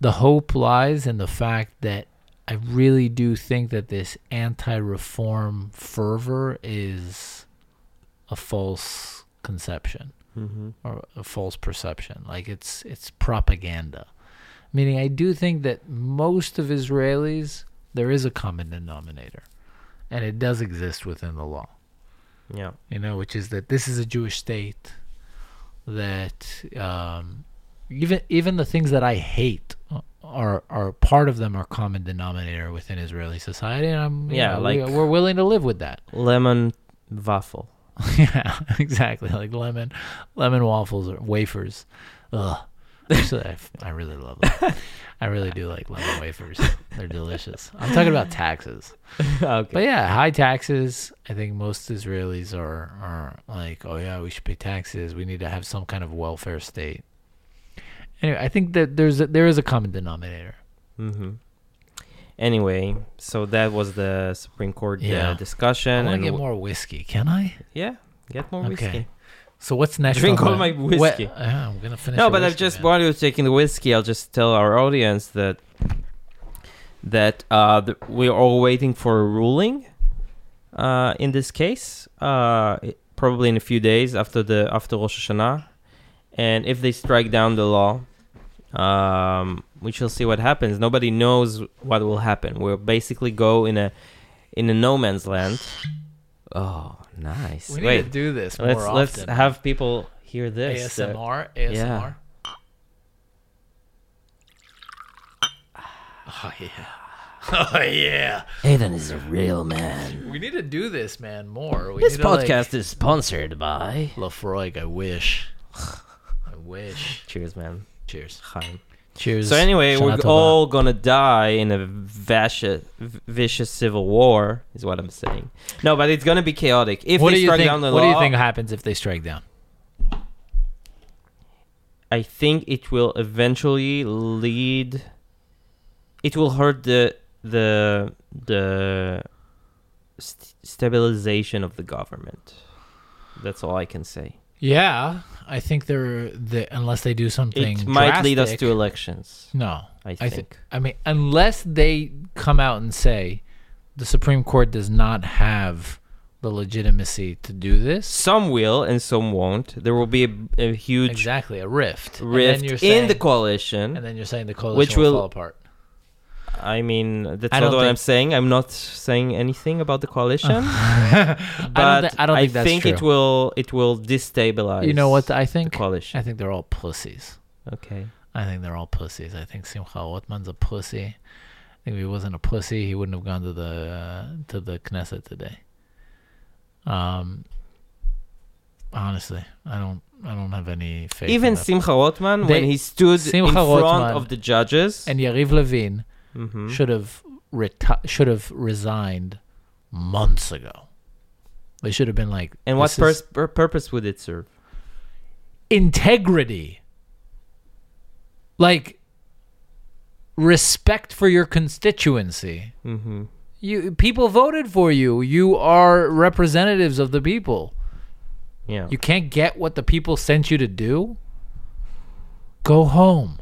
Speaker 1: the hope lies in the fact that I really do think that this anti reform fervor is a false conception
Speaker 2: Mm-hmm.
Speaker 1: or a false perception. Like it's it's propaganda. Meaning I do think that most of Israelis there is a common denominator. And it does exist within the law.
Speaker 2: Yeah.
Speaker 1: You know, which is that this is a Jewish state that um even even the things that I hate are are part of them are common denominator within Israeli society and I'm you
Speaker 2: Yeah,
Speaker 1: know,
Speaker 2: like-
Speaker 1: we, we're willing to live with that.
Speaker 2: Lemon waffle.
Speaker 1: yeah, exactly. Like lemon, lemon waffles or wafers. Ugh, Actually, I, f- I really love them. I really do like lemon wafers. They're delicious. I'm talking about taxes.
Speaker 2: okay.
Speaker 1: But yeah, high taxes. I think most Israelis are are like, oh yeah, we should pay taxes. We need to have some kind of welfare state. Anyway, I think that there's a, there is a common denominator.
Speaker 2: Mm-hmm. Anyway, so that was the Supreme Court uh,
Speaker 1: Yeah. I
Speaker 2: discussion.
Speaker 1: want to
Speaker 2: and
Speaker 1: get
Speaker 2: w-
Speaker 1: more whiskey. Can I?
Speaker 2: Yeah, get more
Speaker 1: Okay.
Speaker 2: whiskey.
Speaker 1: So what's next?
Speaker 2: Drink
Speaker 1: on
Speaker 2: all my
Speaker 1: we-
Speaker 2: whiskey.
Speaker 1: Uh, I'm gonna finish.
Speaker 2: No,
Speaker 1: your
Speaker 2: but I've
Speaker 1: whiskey,
Speaker 2: just
Speaker 1: man.
Speaker 2: while you're taking the whiskey, I'll just tell our audience that that uh, th- we're all waiting for a ruling uh, in this case, uh, it- probably in a few days after the after Rosh Hashanah, and if they strike down the law, um, we shall see what happens. Nobody knows what will happen. We'll basically go in a in a no man's land. Oh, nice!
Speaker 1: We need
Speaker 2: Wait,
Speaker 1: to do this more
Speaker 2: let's
Speaker 1: often.
Speaker 2: let's have people hear this. uh,
Speaker 1: ASMR. ASMR. Oh yeah. Oh yeah.
Speaker 3: Aiden is a real man.
Speaker 1: We need to do this, man, more. We
Speaker 3: This
Speaker 1: need to, like-
Speaker 3: podcast is sponsored by.
Speaker 1: Lafroig, I wish. I wish.
Speaker 2: Cheers, man.
Speaker 1: Cheers.
Speaker 2: Chaim.
Speaker 1: Cheers.
Speaker 2: So anyway,
Speaker 1: Shout
Speaker 2: we're
Speaker 1: out to
Speaker 2: all gonna die in a vicious, vicious civil war, is what I'm saying. No, but it's gonna be chaotic if
Speaker 1: what
Speaker 2: they
Speaker 1: do you
Speaker 2: strike
Speaker 1: think?
Speaker 2: down the
Speaker 1: what do
Speaker 2: law.
Speaker 1: you think happens if they strike down?
Speaker 2: I think it will eventually lead. It will hurt the the the st- stabilization of the government. That's all I can say.
Speaker 1: Yeah, I think they're the unless they do something.
Speaker 2: it might lead us to
Speaker 1: drastic-
Speaker 2: elections.
Speaker 1: No,
Speaker 2: I think.
Speaker 1: I thi- I mean, unless they come out and say the Supreme Court does not have the legitimacy to do this.
Speaker 2: some will and some won't. There will be a, a huge
Speaker 1: Exactly, a rift. And then
Speaker 2: rift
Speaker 1: you're
Speaker 2: in
Speaker 1: saying-
Speaker 2: the coalition.
Speaker 1: and then you're saying the coalition
Speaker 2: Which
Speaker 1: will
Speaker 2: will-
Speaker 1: fall apart.
Speaker 2: I mean, that's
Speaker 1: I
Speaker 2: not
Speaker 1: don't
Speaker 2: what
Speaker 1: think-
Speaker 2: I'm saying. I'm not saying anything about the coalition, but
Speaker 1: I don't, thi- I don't think that's true.
Speaker 2: it will it will destabilize.
Speaker 1: you know what I
Speaker 2: the
Speaker 1: think?
Speaker 2: coalition.
Speaker 1: I think they're all pussies.
Speaker 2: Okay.
Speaker 1: I think they're all pussies. I think Simcha Otman's a pussy. I think if he wasn't a pussy, he wouldn't have gone to the uh, to the Knesset today. Um, honestly, I don't I don't have any faith. in
Speaker 2: Even
Speaker 1: that.
Speaker 2: Simcha Rotman, when
Speaker 1: They-
Speaker 2: he stood in
Speaker 1: Simcha
Speaker 2: front
Speaker 1: Rotman
Speaker 2: of the judges,
Speaker 1: and Yariv Levine
Speaker 2: Mhm.
Speaker 1: should have reti- should have resigned months ago. They should have been like.
Speaker 2: and what
Speaker 1: this
Speaker 2: pers-
Speaker 1: is
Speaker 2: pur- purpose would it serve?
Speaker 1: integrity, like respect for your constituency.
Speaker 2: Mm-hmm.
Speaker 1: You people voted for you. You are representatives of the people.
Speaker 2: Yeah.
Speaker 1: You can't get what the people sent you to do. Go home.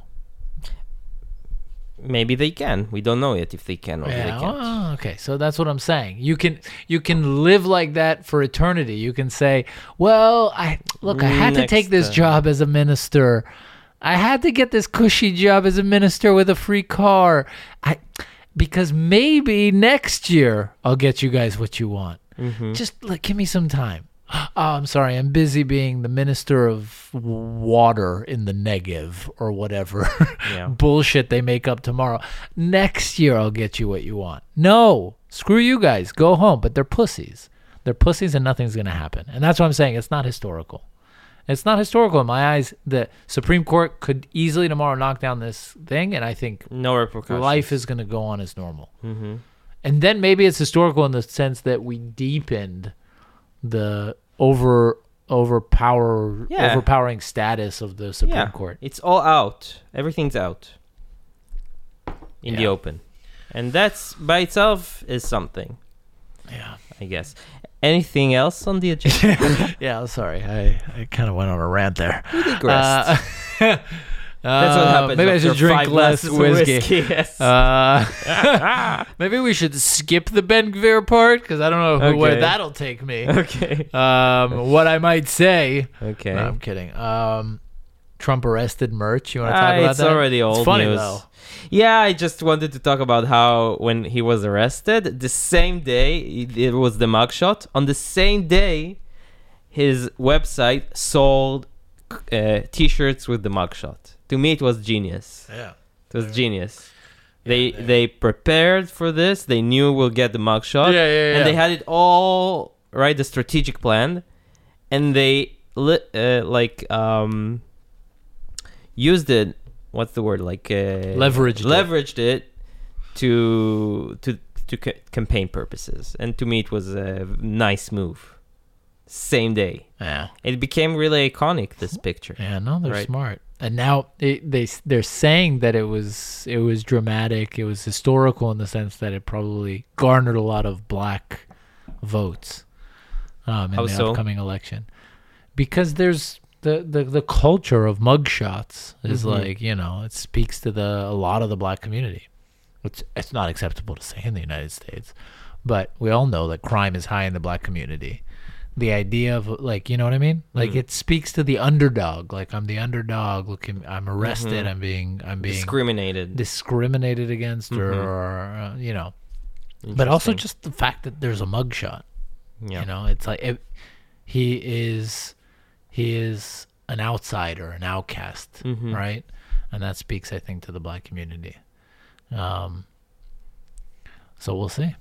Speaker 2: Maybe they can. We don't know yet if they can or they can't.
Speaker 1: oh, okay. So that's what I'm saying. You can you can live like that for eternity. You can say, "Well, I look, I had to take
Speaker 2: Next
Speaker 1: this
Speaker 2: time.
Speaker 1: job as a minister. I had to get this cushy job as a minister with a free car. I because maybe next year I'll get you guys what you want."
Speaker 2: hmm
Speaker 1: just like give me some time oh i'm sorry i'm busy being the minister of water in the negev or whatever
Speaker 2: Yeah.
Speaker 1: bullshit they make up tomorrow next year i'll get you what you want no screw you guys go home but they're pussies they're pussies and nothing's going to happen and that's what i'm saying it's not historical it's not historical in my eyes the supreme court could easily tomorrow knock down this thing and i think
Speaker 2: No repercussions.
Speaker 1: life is going to go on as normal
Speaker 2: Mm-hmm.
Speaker 1: and then maybe it's historical in the sense that we deepened the over overpower
Speaker 2: Yeah.
Speaker 1: overpowering status of the Supreme
Speaker 2: yeah.
Speaker 1: Court.
Speaker 2: It's all out. Everything's out in the
Speaker 1: Yeah.
Speaker 2: open. And that's by itself is something,
Speaker 1: Yeah. Uh,
Speaker 2: I guess. Anything else on the agenda?
Speaker 1: Yeah, I'm sorry. I, I kind of went on a rant there.
Speaker 2: we digressed.
Speaker 1: Uh,
Speaker 2: that's what
Speaker 1: uh,
Speaker 2: happens.
Speaker 1: Maybe I
Speaker 2: after
Speaker 1: should drink
Speaker 2: five
Speaker 1: less
Speaker 2: glasses of
Speaker 1: whiskey.
Speaker 2: yes.
Speaker 1: Uh, maybe we should skip the Ben Gvir part because I don't know who, where
Speaker 2: Okay.
Speaker 1: that'll take me.
Speaker 2: okay.
Speaker 1: Um, what I might say.
Speaker 2: Okay.
Speaker 1: No, I'm kidding. Um, Trump arrested merch. You want to talk
Speaker 2: Ah,
Speaker 1: about
Speaker 2: it's
Speaker 1: that?
Speaker 2: already old
Speaker 1: it's funny
Speaker 2: news.
Speaker 1: though.
Speaker 2: Yeah, I just wanted to talk about how when he was arrested, the same day it, it was the mugshot. On the same day, his website sold uh, T-shirts with the mugshot. To me, it was genius.
Speaker 1: Yeah.
Speaker 2: It was genius. They
Speaker 1: they-
Speaker 2: they prepared for this. They knew we'll get the mugshot.
Speaker 1: Yeah, yeah, yeah.
Speaker 2: And they had it all right, the strategic plan, and they li- uh, like um, used it. What's the word? Like uh,
Speaker 1: Leveraged it.
Speaker 2: Leveraged it to to to ca- campaign purposes, and to me it was a nice move. Same day,
Speaker 1: Yeah.
Speaker 2: it became really iconic. This picture.
Speaker 1: Yeah, no, they're
Speaker 2: Right.
Speaker 1: smart. And now it, they they're saying that it was it was dramatic, it was historical in the sense that it probably garnered a lot of black votes um, in
Speaker 2: How
Speaker 1: the
Speaker 2: so?
Speaker 1: upcoming election, because there's the the, the culture of mugshots is
Speaker 2: Mhm.
Speaker 1: like you know it speaks to the a lot of the black community. It's it's not acceptable to say in the United States, but we all know that crime is high in the black community the idea of like you know what I mean? Like
Speaker 2: Mhm.
Speaker 1: it speaks to the underdog. Like I'm the underdog. Look, I'm- I'm
Speaker 2: Mm-hmm.
Speaker 1: arrested. I'm being I'm being
Speaker 2: Discriminated.
Speaker 1: discriminated against, or,
Speaker 2: Mhm.
Speaker 1: or uh, you know. But also
Speaker 2: Interesting.
Speaker 1: just the fact that there's a mugshot.
Speaker 2: yeah.
Speaker 1: You know, it's like it, he is he is an outsider, an outcast,
Speaker 2: Mhm.
Speaker 1: right? And that speaks, I think, to the black community. Um. So we'll see.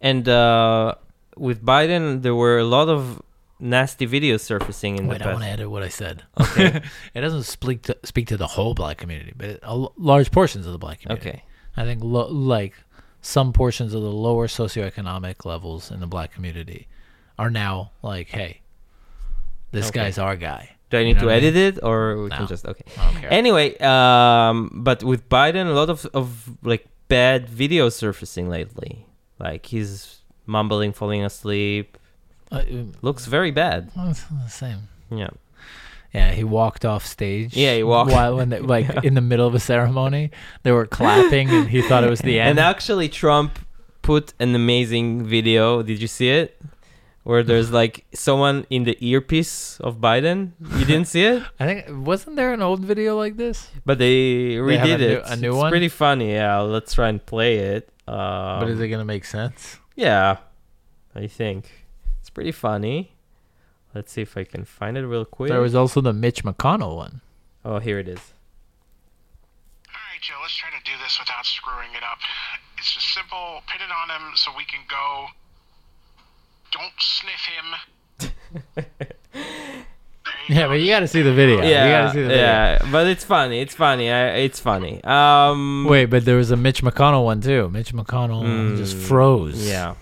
Speaker 2: And uh, with Biden, there were a lot of nasty videos surfacing in
Speaker 1: Wait,
Speaker 2: the
Speaker 1: Oh, I want
Speaker 2: past.
Speaker 1: to edit what I said. Okay. it doesn't speak to speak to the whole black community, but a l- large portions of the black community.
Speaker 2: Okay.
Speaker 1: I think lo- like some portions of the lower socioeconomic levels in the black community are now like, hey, this
Speaker 2: Okay.
Speaker 1: guy's our guy.
Speaker 2: Do I
Speaker 1: You
Speaker 2: need
Speaker 1: know
Speaker 2: to
Speaker 1: what I mean?
Speaker 2: edit it or we
Speaker 1: No.
Speaker 2: can just okay?
Speaker 1: I don't care.
Speaker 2: Anyway, um, but with Biden, a lot of of like bad videos surfacing lately. Like he's mumbling, falling asleep.
Speaker 1: Uh, um,
Speaker 2: Looks very bad.
Speaker 1: well, it's the same.
Speaker 2: Yeah.
Speaker 1: Yeah, he walked off stage.
Speaker 2: Yeah, he walked-
Speaker 1: while when they, like in the middle of a ceremony, they were clapping, and he thought it was the end.
Speaker 2: And actually, Trump put an amazing video. Did you see it? Where there's like someone in the earpiece of Biden. You didn't see it?
Speaker 1: I think wasn't there an old video like this?
Speaker 2: But they
Speaker 1: have a
Speaker 2: redid
Speaker 1: new-
Speaker 2: it.
Speaker 1: a new
Speaker 2: it's
Speaker 1: one?
Speaker 2: pretty funny. Yeah, let's try and play it. Um,
Speaker 1: but is it gonna make sense?
Speaker 2: Yeah, I think it's pretty funny. Let's see if I can find it real quick.
Speaker 1: There was also the Mitch McConnell one.
Speaker 2: oh, here it is.
Speaker 4: All right, Joe, let's try to do this without screwing it up. It's just simple. Pin it on him so we can go. Don't sniff him. There you
Speaker 1: Yeah, but you got to see the video.
Speaker 2: Yeah,
Speaker 1: you got to see the video.
Speaker 2: yeah, but it's funny. It's funny. I, it's funny. Um,
Speaker 1: Wait, but there was a Mitch McConnell one too. Mitch MConnell just froze.
Speaker 2: Mm. Yeah,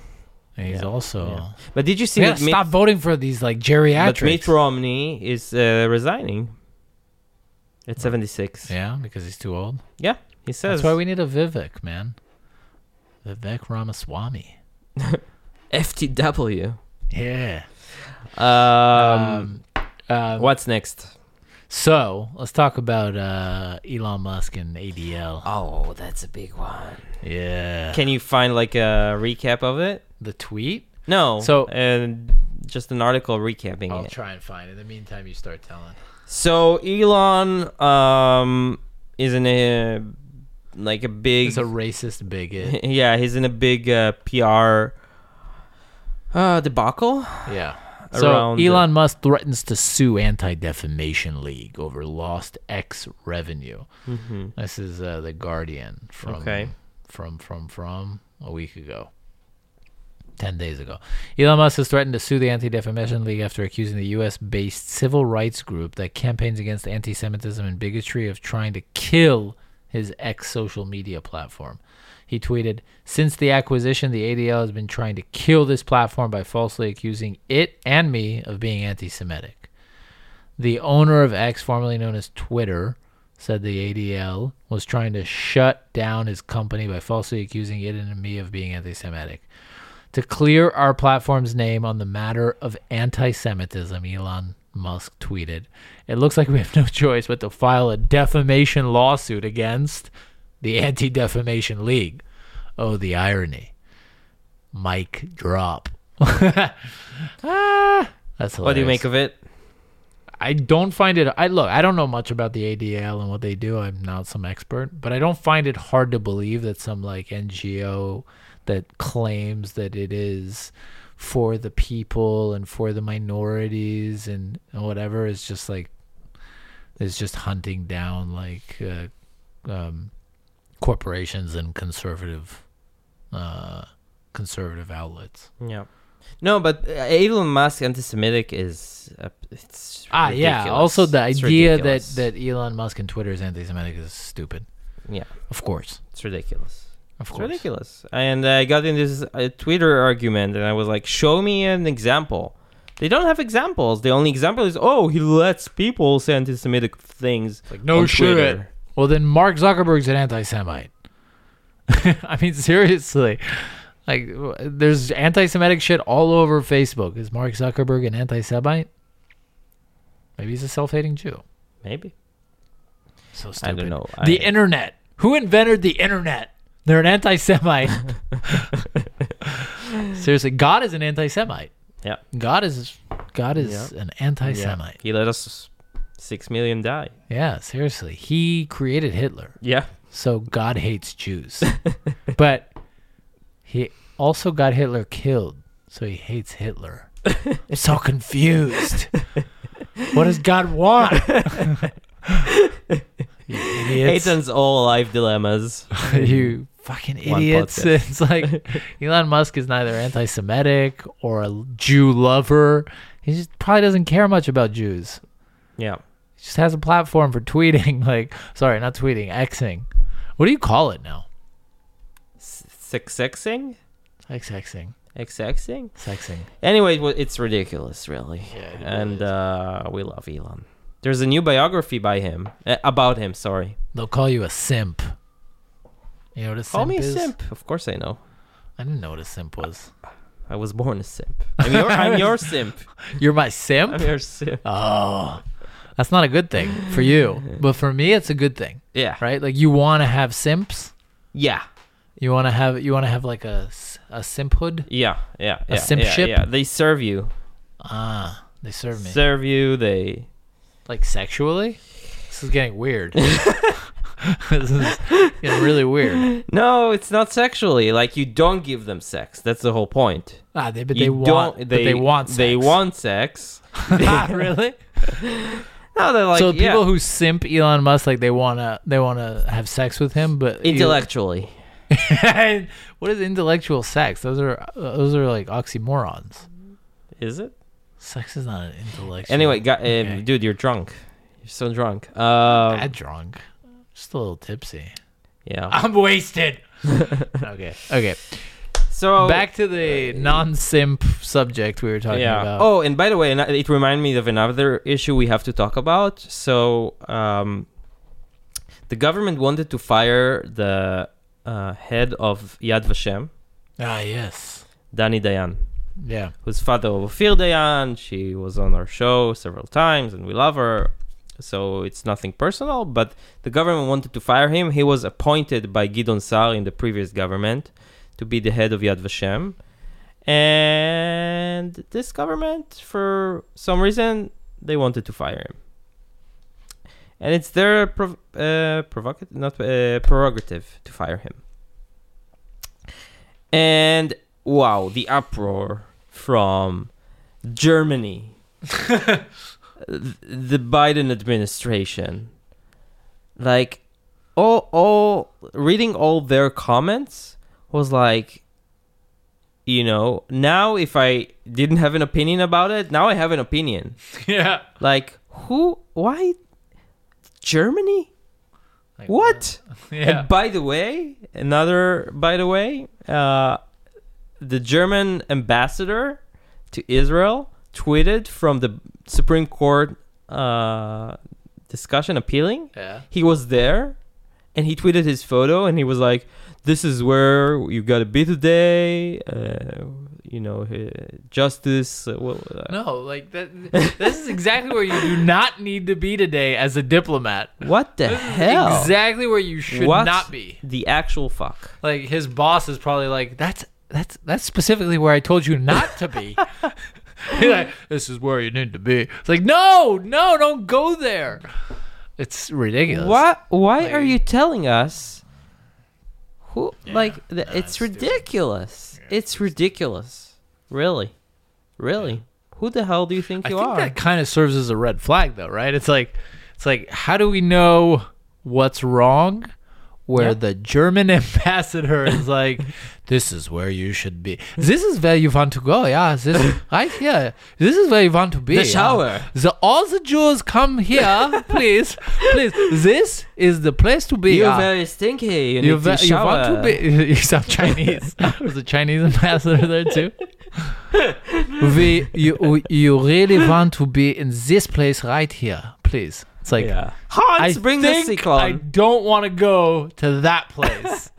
Speaker 1: and he's
Speaker 2: yeah,
Speaker 1: also.
Speaker 2: yeah. but did you see
Speaker 1: We
Speaker 2: that?
Speaker 1: gotta stop voting for these like
Speaker 2: Mitt, but
Speaker 1: geriatrics.
Speaker 2: Mitt Romney is uh, resigning at seventy-six. Yeah,
Speaker 1: yeah, because he's too old.
Speaker 2: he says.
Speaker 1: That's why we need a Vivek man. Vivek Ramaswamy.
Speaker 2: FTW.
Speaker 1: Yeah.
Speaker 2: Um,
Speaker 1: Um. um,
Speaker 2: what's next?
Speaker 1: So let's talk about uh, Elon Musk and ADL.
Speaker 3: Oh, that's a big one.
Speaker 1: Yeah.
Speaker 2: Can you find like a recap of it?
Speaker 1: The tweet.
Speaker 2: No.
Speaker 1: So- Oh,
Speaker 2: and just an article recapping
Speaker 1: I'll
Speaker 2: it.
Speaker 1: try and find it. In the meantime, you start telling.
Speaker 2: So Elon um is in a like a big
Speaker 1: He's a racist bigot.
Speaker 2: yeah, he's in a big uh, PR uh debacle.
Speaker 1: Yeah. So
Speaker 2: around the-
Speaker 1: Elon Musk threatens to sue Anti Defamation League over lost X revenue. This is uh, the Guardian from
Speaker 2: Okay.
Speaker 1: from from from a week ago. 10 days ago. Elon Musk has threatened to sue the Anti Defamation League after accusing the US based civil rights group that campaigns against anti Semitism and bigotry of trying to kill his ex social media platform. He tweeted Since the acquisition, the ADL has been trying to kill this platform by falsely accusing it and me of being anti Semitic. The owner of X, formerly known as Twitter, said the ADL was trying to shut down his company by falsely accusing it and me of being anti Semitic. To clear our platform's name on the matter of anti Semitism, Elon Musk tweeted, It looks like we have no choice but to file a defamation lawsuit against the Anti Defamation League. Oh, the irony. Mic drop. ah, that's hilarious.
Speaker 2: What do you make of it?
Speaker 1: I don't find it. I look. I don't know much about the ADL and what they do. I'm not some expert, but I don't find it hard to believe that some like NGO that claims that it is for the people and for the minorities and, and whatever is just like is just hunting down like uh, um, corporations and conservative uh, conservative outlets.
Speaker 2: Yeah. No, but uh, Elon Musk anti-Semitic is uh, it's
Speaker 1: Ah,
Speaker 2: ridiculous.
Speaker 1: yeah. Also, the
Speaker 2: It's
Speaker 1: idea that,
Speaker 2: ridiculous.
Speaker 1: that Elon Musk and Twitter is anti-Semitic is stupid.
Speaker 2: yeah,
Speaker 1: Of course,
Speaker 2: it's ridiculous.
Speaker 1: of
Speaker 2: It's
Speaker 1: course.
Speaker 2: ridiculous. And I got in this uh, Twitter argument, and I was like, "Show me an example." They don't have examples. The only example is, "Oh, he lets people say anti-Semitic things."
Speaker 1: Like no
Speaker 2: on
Speaker 1: shit.
Speaker 2: Twitter.
Speaker 1: Well, then Mark Zuckerberg's an anti-Semite. I mean, seriously, like w- there's anti-Semitic shit all over Facebook. Is Mark Zuckerberg an anti-Semite? Maybe he's a self-hating Jew.
Speaker 2: Maybe
Speaker 1: So stupid.
Speaker 2: I don't know.
Speaker 1: The
Speaker 2: I-
Speaker 1: internet. Who invented the internet? They're an anti-Semite. seriously, God is an anti-Semite.
Speaker 2: Yeah.
Speaker 1: God is God is an anti-Semite.
Speaker 2: he let us six million die.
Speaker 1: Yeah, seriously. He created Hitler.
Speaker 2: Yeah,
Speaker 1: So God hates Jews. but he also got Hitler killed. So he hates Hitler. I'm so confused. what does God want? you idiots.
Speaker 2: Aiden's all life dilemmas.
Speaker 1: you fucking
Speaker 2: One
Speaker 1: idiots.
Speaker 2: podcast.
Speaker 1: It's like Elon Musk is neither anti Semitic or a Jew lover. He just probably doesn't care much about Jews.
Speaker 2: yeah,
Speaker 1: He just has a platform for tweeting, like sorry, not tweeting, Xing. What do you call it now?
Speaker 2: sexing,
Speaker 1: Xing,
Speaker 2: xxing.
Speaker 1: sexing.
Speaker 2: Anyway, it wa- it's ridiculous, really.
Speaker 1: it
Speaker 2: and uh, we love Elon. There's a new biography by him uh, about him. Sorry,
Speaker 1: They'll call you a simp. You know what a simp
Speaker 2: call me a
Speaker 1: is?
Speaker 2: Oh, simp. Of course, I know.
Speaker 1: I didn't know what a simp was.
Speaker 2: I was born a simp. I'm your, I'm your simp.
Speaker 1: You're my simp.
Speaker 2: I'm your simp.
Speaker 1: oh, that's not a good thing for you, but for me, it's a good thing,
Speaker 2: Yeah.
Speaker 1: right? Like you want to have simps.
Speaker 2: Yeah.
Speaker 1: You want to have you want to have like a s- a simphood.
Speaker 2: Yeah. Yeah. yeah,
Speaker 1: simpship?
Speaker 2: Yeah, yeah. They serve you.
Speaker 1: Ah, they serve me
Speaker 2: Serve you. They.
Speaker 1: like sexually. This is getting weird. this is getting really weird.
Speaker 2: No, it's not sexually. Like you don't give them sex. That's the whole point.
Speaker 1: Ah, they, but
Speaker 2: You
Speaker 1: they want
Speaker 2: Don't,
Speaker 1: but they, want sex.
Speaker 2: They want sex.
Speaker 1: ah, really.
Speaker 2: No, they're like
Speaker 1: so
Speaker 2: yeah,
Speaker 1: people who simp Elon Musk, like they wanna they wanna have sex with him, but you-
Speaker 2: intellectually.
Speaker 1: what is intellectual sex? Those are those are like oxymorons.
Speaker 2: Is it?
Speaker 1: Sex is not an intellectual.
Speaker 2: Anyway, gu-
Speaker 1: Okay.
Speaker 2: uh, dude, you're drunk. You're so drunk. Um,
Speaker 1: bad drunk, just a little tipsy.
Speaker 2: yeah.
Speaker 1: I'm wasted. okay, okay.
Speaker 2: So
Speaker 1: Back to the non-simp subject we were talking
Speaker 2: yeah.
Speaker 1: about.
Speaker 2: Oh, and by the way, and it reminded me of another issue we have to talk about. So, um, the government wanted to fire the uh, head of Yad Vashem,
Speaker 1: ah, yes,
Speaker 2: Dani Dayan,
Speaker 1: yeah.
Speaker 2: who's father of Ophir Dayan. She was on our show several times, and we love her. So it's nothing personal, but the government wanted to fire him. He was appointed by Gidon Sar in the previous government to be the head of Yad Vashem. And this government, for some reason, they wanted to fire him. And it's their prov- uh, provocative, not uh, prerogative to fire him. And wow, the uproar from Germany, th- the Biden administration, like all all reading all their comments was like, you know, now if I didn't have an opinion about it, now I have an opinion.
Speaker 1: yeah.
Speaker 2: Like who? Why? Germany?
Speaker 1: Like,
Speaker 2: What?
Speaker 1: Yeah.
Speaker 2: And by the way, another by the way, uh, the German ambassador to Israel tweeted from the Supreme Court uh, discussion appealing.
Speaker 1: yeah.
Speaker 2: He was there, and he tweeted his photo, and he was like, "This is where you gotta be today." Uh, you know, uh, justice. Uh, well, uh,
Speaker 1: No, like that. This is exactly where you do not need to be today as a diplomat.
Speaker 2: What the hell?
Speaker 1: Exactly where you should
Speaker 2: What
Speaker 1: not be.
Speaker 2: The actual fuck.
Speaker 1: Like his boss is probably like, that's that's that's specifically where I told you not to be. He's like, this is where you need to be. It's like, no, no, don't go there. It's ridiculous.
Speaker 2: What? Why are
Speaker 1: Like-
Speaker 2: you telling us? Who? like, th-
Speaker 1: it's
Speaker 2: it's
Speaker 1: stupid.
Speaker 2: ridiculous. It's ridiculous. Really, really. Who the hell do you think
Speaker 1: I
Speaker 2: you
Speaker 1: think
Speaker 2: are?
Speaker 1: that kind of serves as a red flag, though, right? It's like, it's like, how do we know what's wrong where
Speaker 2: Yeah.
Speaker 1: the German ambassador is like, "This is where you should be. This is where you want to go. Yeah, this right here. This is where you want to be.
Speaker 2: The
Speaker 1: yeah.
Speaker 2: shower.
Speaker 1: The all the Jews come here, please, please. This is the place to be.
Speaker 2: You're
Speaker 1: yeah.
Speaker 2: very stinky. You,
Speaker 1: You,
Speaker 2: need to
Speaker 1: ve- you want to
Speaker 2: shower.
Speaker 1: be? Sound Chinese. was a Chinese ambassador there too. we you we- you really want to be in this place right here, please. It's like
Speaker 2: yeah. Hans,
Speaker 1: I
Speaker 2: bring
Speaker 1: think
Speaker 2: the cyclone.
Speaker 1: I don't want to go to that place.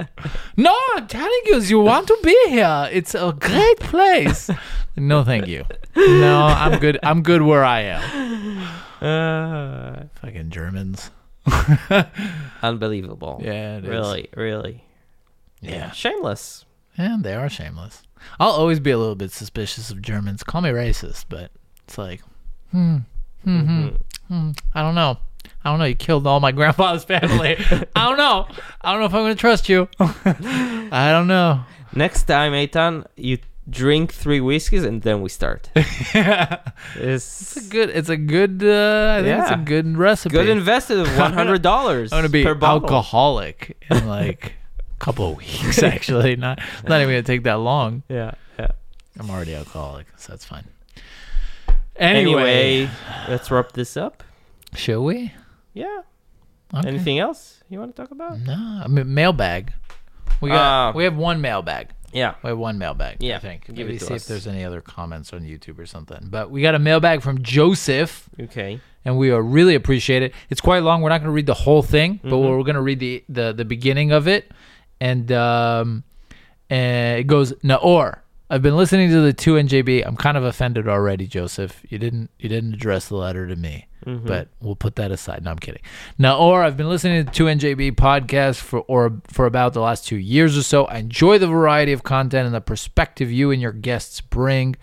Speaker 1: no, I'm telling you, you want to be here. It's a great place. No, thank you. No, I'm good. I'm good where I am.
Speaker 2: Uh,
Speaker 1: Fucking Germans.
Speaker 2: unbelievable.
Speaker 1: Yeah, it is.
Speaker 2: really, really.
Speaker 1: Yeah.
Speaker 2: Shameless.
Speaker 1: And they are shameless. I'll always be a little bit suspicious of Germans. Call me racist, but it's like, hmm, hmm, hmm,
Speaker 2: Mm.
Speaker 1: hmm, I don't know. I don't know. You killed all my grandfather's family. I don't know. I don't know if I'm going to trust you. I don't know.
Speaker 2: Next time, Eitan, you drink three whiskeys and then we start.
Speaker 1: It's a
Speaker 2: it's
Speaker 1: good. It's a good. Uh, I think it's a
Speaker 2: Yeah.
Speaker 1: good recipe.
Speaker 2: good invested of one hundred dollars.
Speaker 1: I'm gonna be
Speaker 2: per bottle.
Speaker 1: alcoholic in like a couple of weeks. Actually, not not even gonna take that long.
Speaker 2: Yeah, yeah.
Speaker 1: I'm already alcoholic, so that's fine.
Speaker 2: Anyway,
Speaker 1: Anyway,
Speaker 2: let's wrap this up.
Speaker 1: shall we?
Speaker 2: Yeah.
Speaker 1: Okay.
Speaker 2: Anything else you want to talk about?
Speaker 1: No, I mean, mailbag. We got.
Speaker 2: Uh,
Speaker 1: we have one mailbag.
Speaker 2: Yeah.
Speaker 1: We have one mailbag. I
Speaker 2: Yeah,
Speaker 1: think.
Speaker 2: give
Speaker 1: Maybe
Speaker 2: it to
Speaker 1: see
Speaker 2: us.
Speaker 1: if there's any other comments on YouTube or something. But we got a mailbag from Joseph.
Speaker 2: Okay.
Speaker 1: and we are really appreciate it. It's quite long. We're not going to read the whole thing, but
Speaker 2: Mm-hmm.
Speaker 1: we're going to read the, the the beginning of it, and um, and it goes Naor. I've been listening to the two NJB. I'm kind of offended already, Joseph. You didn't you didn't address the letter to me, but we'll put that aside. No, I'm kidding. Naor, I've been listening to the two NJB podcast for or for about the last two years or so. I enjoy the variety of content and the perspective you and your guests bring.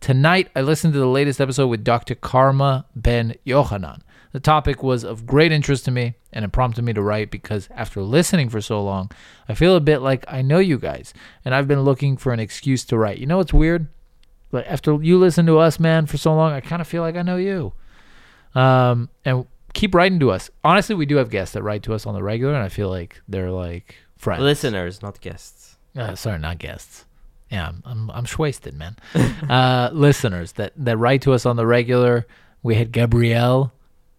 Speaker 1: Tonight, I listened to the latest episode with Dr. Karma Ben Yohanan. The topic was of great interest to me, and it prompted me to write because after listening for so long, I feel a bit like I know you guys, and I've been looking for an excuse to write. You know what's weird? Like after you listen to us, man, for so long, I kind of feel like I know you. Um, and keep writing to us. Honestly, we do have guests that write to us on the regular, and I feel like they're like friends.
Speaker 2: Listeners, not guests.
Speaker 1: Uh, sorry, not guests. Yeah, I'm I'm, I'm shwasted, man. uh, listeners that that write to us on the regular. We had Gabrielle,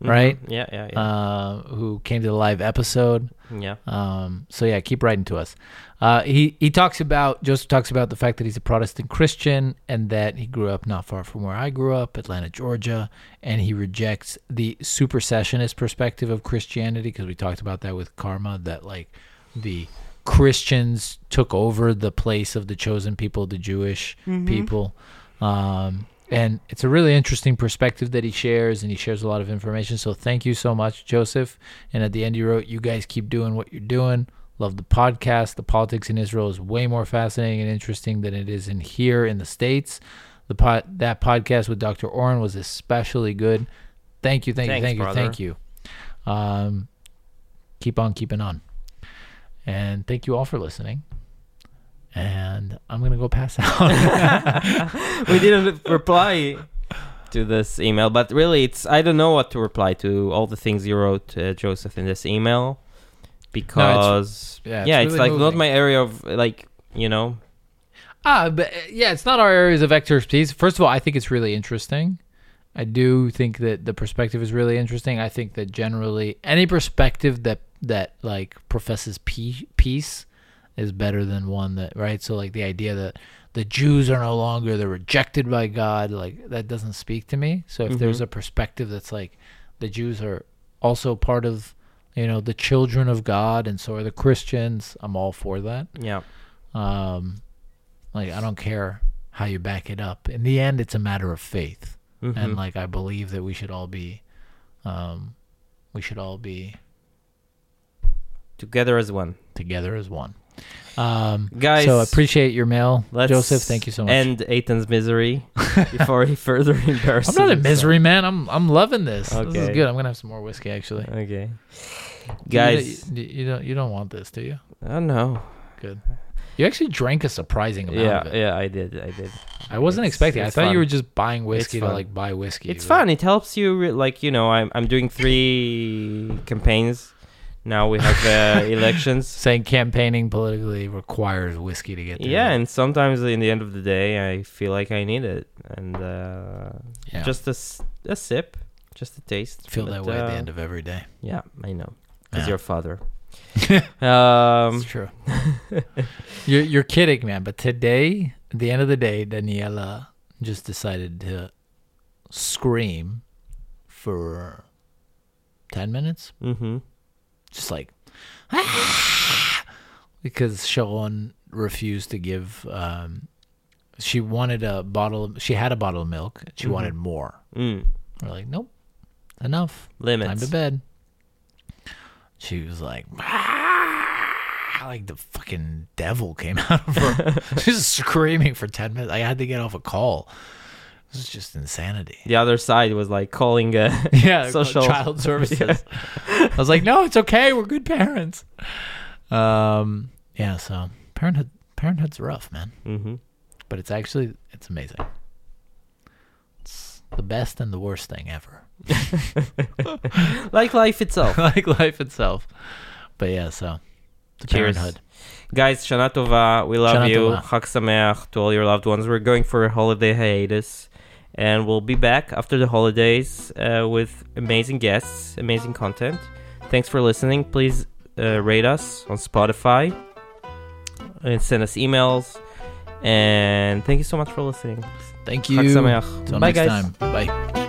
Speaker 2: Mm-hmm,
Speaker 1: right?
Speaker 2: Yeah, yeah, yeah.
Speaker 1: Uh, who came to the live episode.
Speaker 2: yeah.
Speaker 1: Um, so yeah, keep writing to us. Uh, he he talks about Joseph talks about the fact that he's a Protestant Christian and that he grew up not far from where I grew up, Atlanta, Georgia, and he rejects the supersessionist perspective of Christianity because we talked about that with karma that like the Christians took over the place of the chosen people, the Jewish people. Um, and it's a really interesting perspective that he shares, and he shares a lot of information. So thank you so much, Joseph. And at the end, you wrote, You guys keep doing what you're doing. Love the podcast. The politics in Israel is way more fascinating and interesting than it is in here in the States. The pod, That podcast with Dr. Oren was especially good. Thank you, thank
Speaker 2: Thanks,
Speaker 1: you, thank you,
Speaker 2: brother.
Speaker 1: thank you. Um, keep on keeping on. And thank you all for listening. And I'm going to go pass out.
Speaker 2: we didn't reply to this email, but really, it's I don't know what to reply to all the things you wrote, uh, Joseph, in this email because
Speaker 1: yeah, it's
Speaker 2: yeah, it's
Speaker 1: really
Speaker 2: like not
Speaker 1: moving.
Speaker 2: my area of like you know
Speaker 1: Ah, but uh, yeah, it's not our areas of expertise. First of all, I think it's really interesting. I do think that the perspective is really interesting. I think that generally any perspective that that like professes pe- peace is better than one that right. So like the idea that the Jews are no longer they're rejected by God, like that doesn't speak to me. So if there's a perspective that's like the Jews are also part of you know the children of God, and so are the Christians. I'm all for that.
Speaker 2: yeah
Speaker 1: Um, like I don't care how you back it up. In the end, it's a matter of faith,
Speaker 2: Mm-hmm.
Speaker 1: and like I believe that we should all be, um, we should all be
Speaker 2: together as one.
Speaker 1: together as one. Um,
Speaker 2: Guys,
Speaker 1: so appreciate your mail,
Speaker 2: Let's
Speaker 1: Joseph. Thank you so much.
Speaker 2: End Aitan's misery before he further
Speaker 1: I'm
Speaker 2: embarrasses.
Speaker 1: not in
Speaker 2: himself.
Speaker 1: misery, man. I'm I'm loving this. This is
Speaker 2: Okay.
Speaker 1: good. I'm gonna have some more whiskey actually.
Speaker 2: Okay,
Speaker 1: You
Speaker 2: guys.
Speaker 1: don't- you, you don't you don't want this, do you?
Speaker 2: I don't know.
Speaker 1: Good. You actually drank a surprising amount
Speaker 2: Yeah,
Speaker 1: of it.
Speaker 2: yeah, I did, I did.
Speaker 1: I wasn't
Speaker 2: It's-
Speaker 1: expecting. I
Speaker 2: it's fun.
Speaker 1: thought you were just buying whiskey to
Speaker 2: fun.
Speaker 1: like buy whiskey.
Speaker 2: It's
Speaker 1: but-
Speaker 2: fun. It helps you, re- like you know, I'm I'm doing three campaigns Now we have uh, elections.
Speaker 1: Saying campaigning politically requires whiskey to get there.
Speaker 2: Yeah, and sometimes in the end of the day, I feel like I need it, and uh,
Speaker 1: Yeah.
Speaker 2: just a, s- a sip, just a taste.
Speaker 1: feel
Speaker 2: but,
Speaker 1: that way at the
Speaker 2: uh,
Speaker 1: end of every day.
Speaker 2: Yeah, I know, because
Speaker 1: Yeah.
Speaker 2: your father. um,
Speaker 1: It's true. you're, you're kidding, man. But today, at the end of the day, Daniela just decided to scream for 10 minutes.
Speaker 2: mm-hmm.
Speaker 1: Just like, "Ah!" because Sharon refused to give. Um, she wanted a bottle. She had a bottle of milk. She
Speaker 2: Mm-hmm.
Speaker 1: wanted more.
Speaker 2: Mm.
Speaker 1: We're like, nope, enough. Time to
Speaker 2: Limits.
Speaker 1: bed. She was like, like the fucking devil came out of her. she was screaming for 10 minutes. I had to get off a call. This is just insanity.
Speaker 2: The other side was like calling uh,
Speaker 1: Yeah,
Speaker 2: social
Speaker 1: child services. I was like, no, it's okay. We're good parents. Um, yeah, so parenthood, parenthood's rough, man.
Speaker 2: hmm
Speaker 1: But it's actually, it's amazing. It's the best and the worst thing ever.
Speaker 2: like life itself.
Speaker 1: like life itself. But yeah, so the
Speaker 2: Cheers.
Speaker 1: parenthood.
Speaker 2: Guys, Shana Tova, we love
Speaker 1: Shana
Speaker 2: you.
Speaker 1: Tova.
Speaker 2: Chag Sameach to all your loved ones. We're going for a holiday hiatus, and we'll be back after the holidays uh, with amazing guests, amazing content. Thanks for listening. Please uh, rate us on Spotify and send us emails. And thank you so much for listening.
Speaker 1: Thank
Speaker 2: Chag
Speaker 1: you.
Speaker 2: Sameach.
Speaker 1: Till
Speaker 2: Bye,
Speaker 1: next
Speaker 2: guys.
Speaker 1: time. Bye.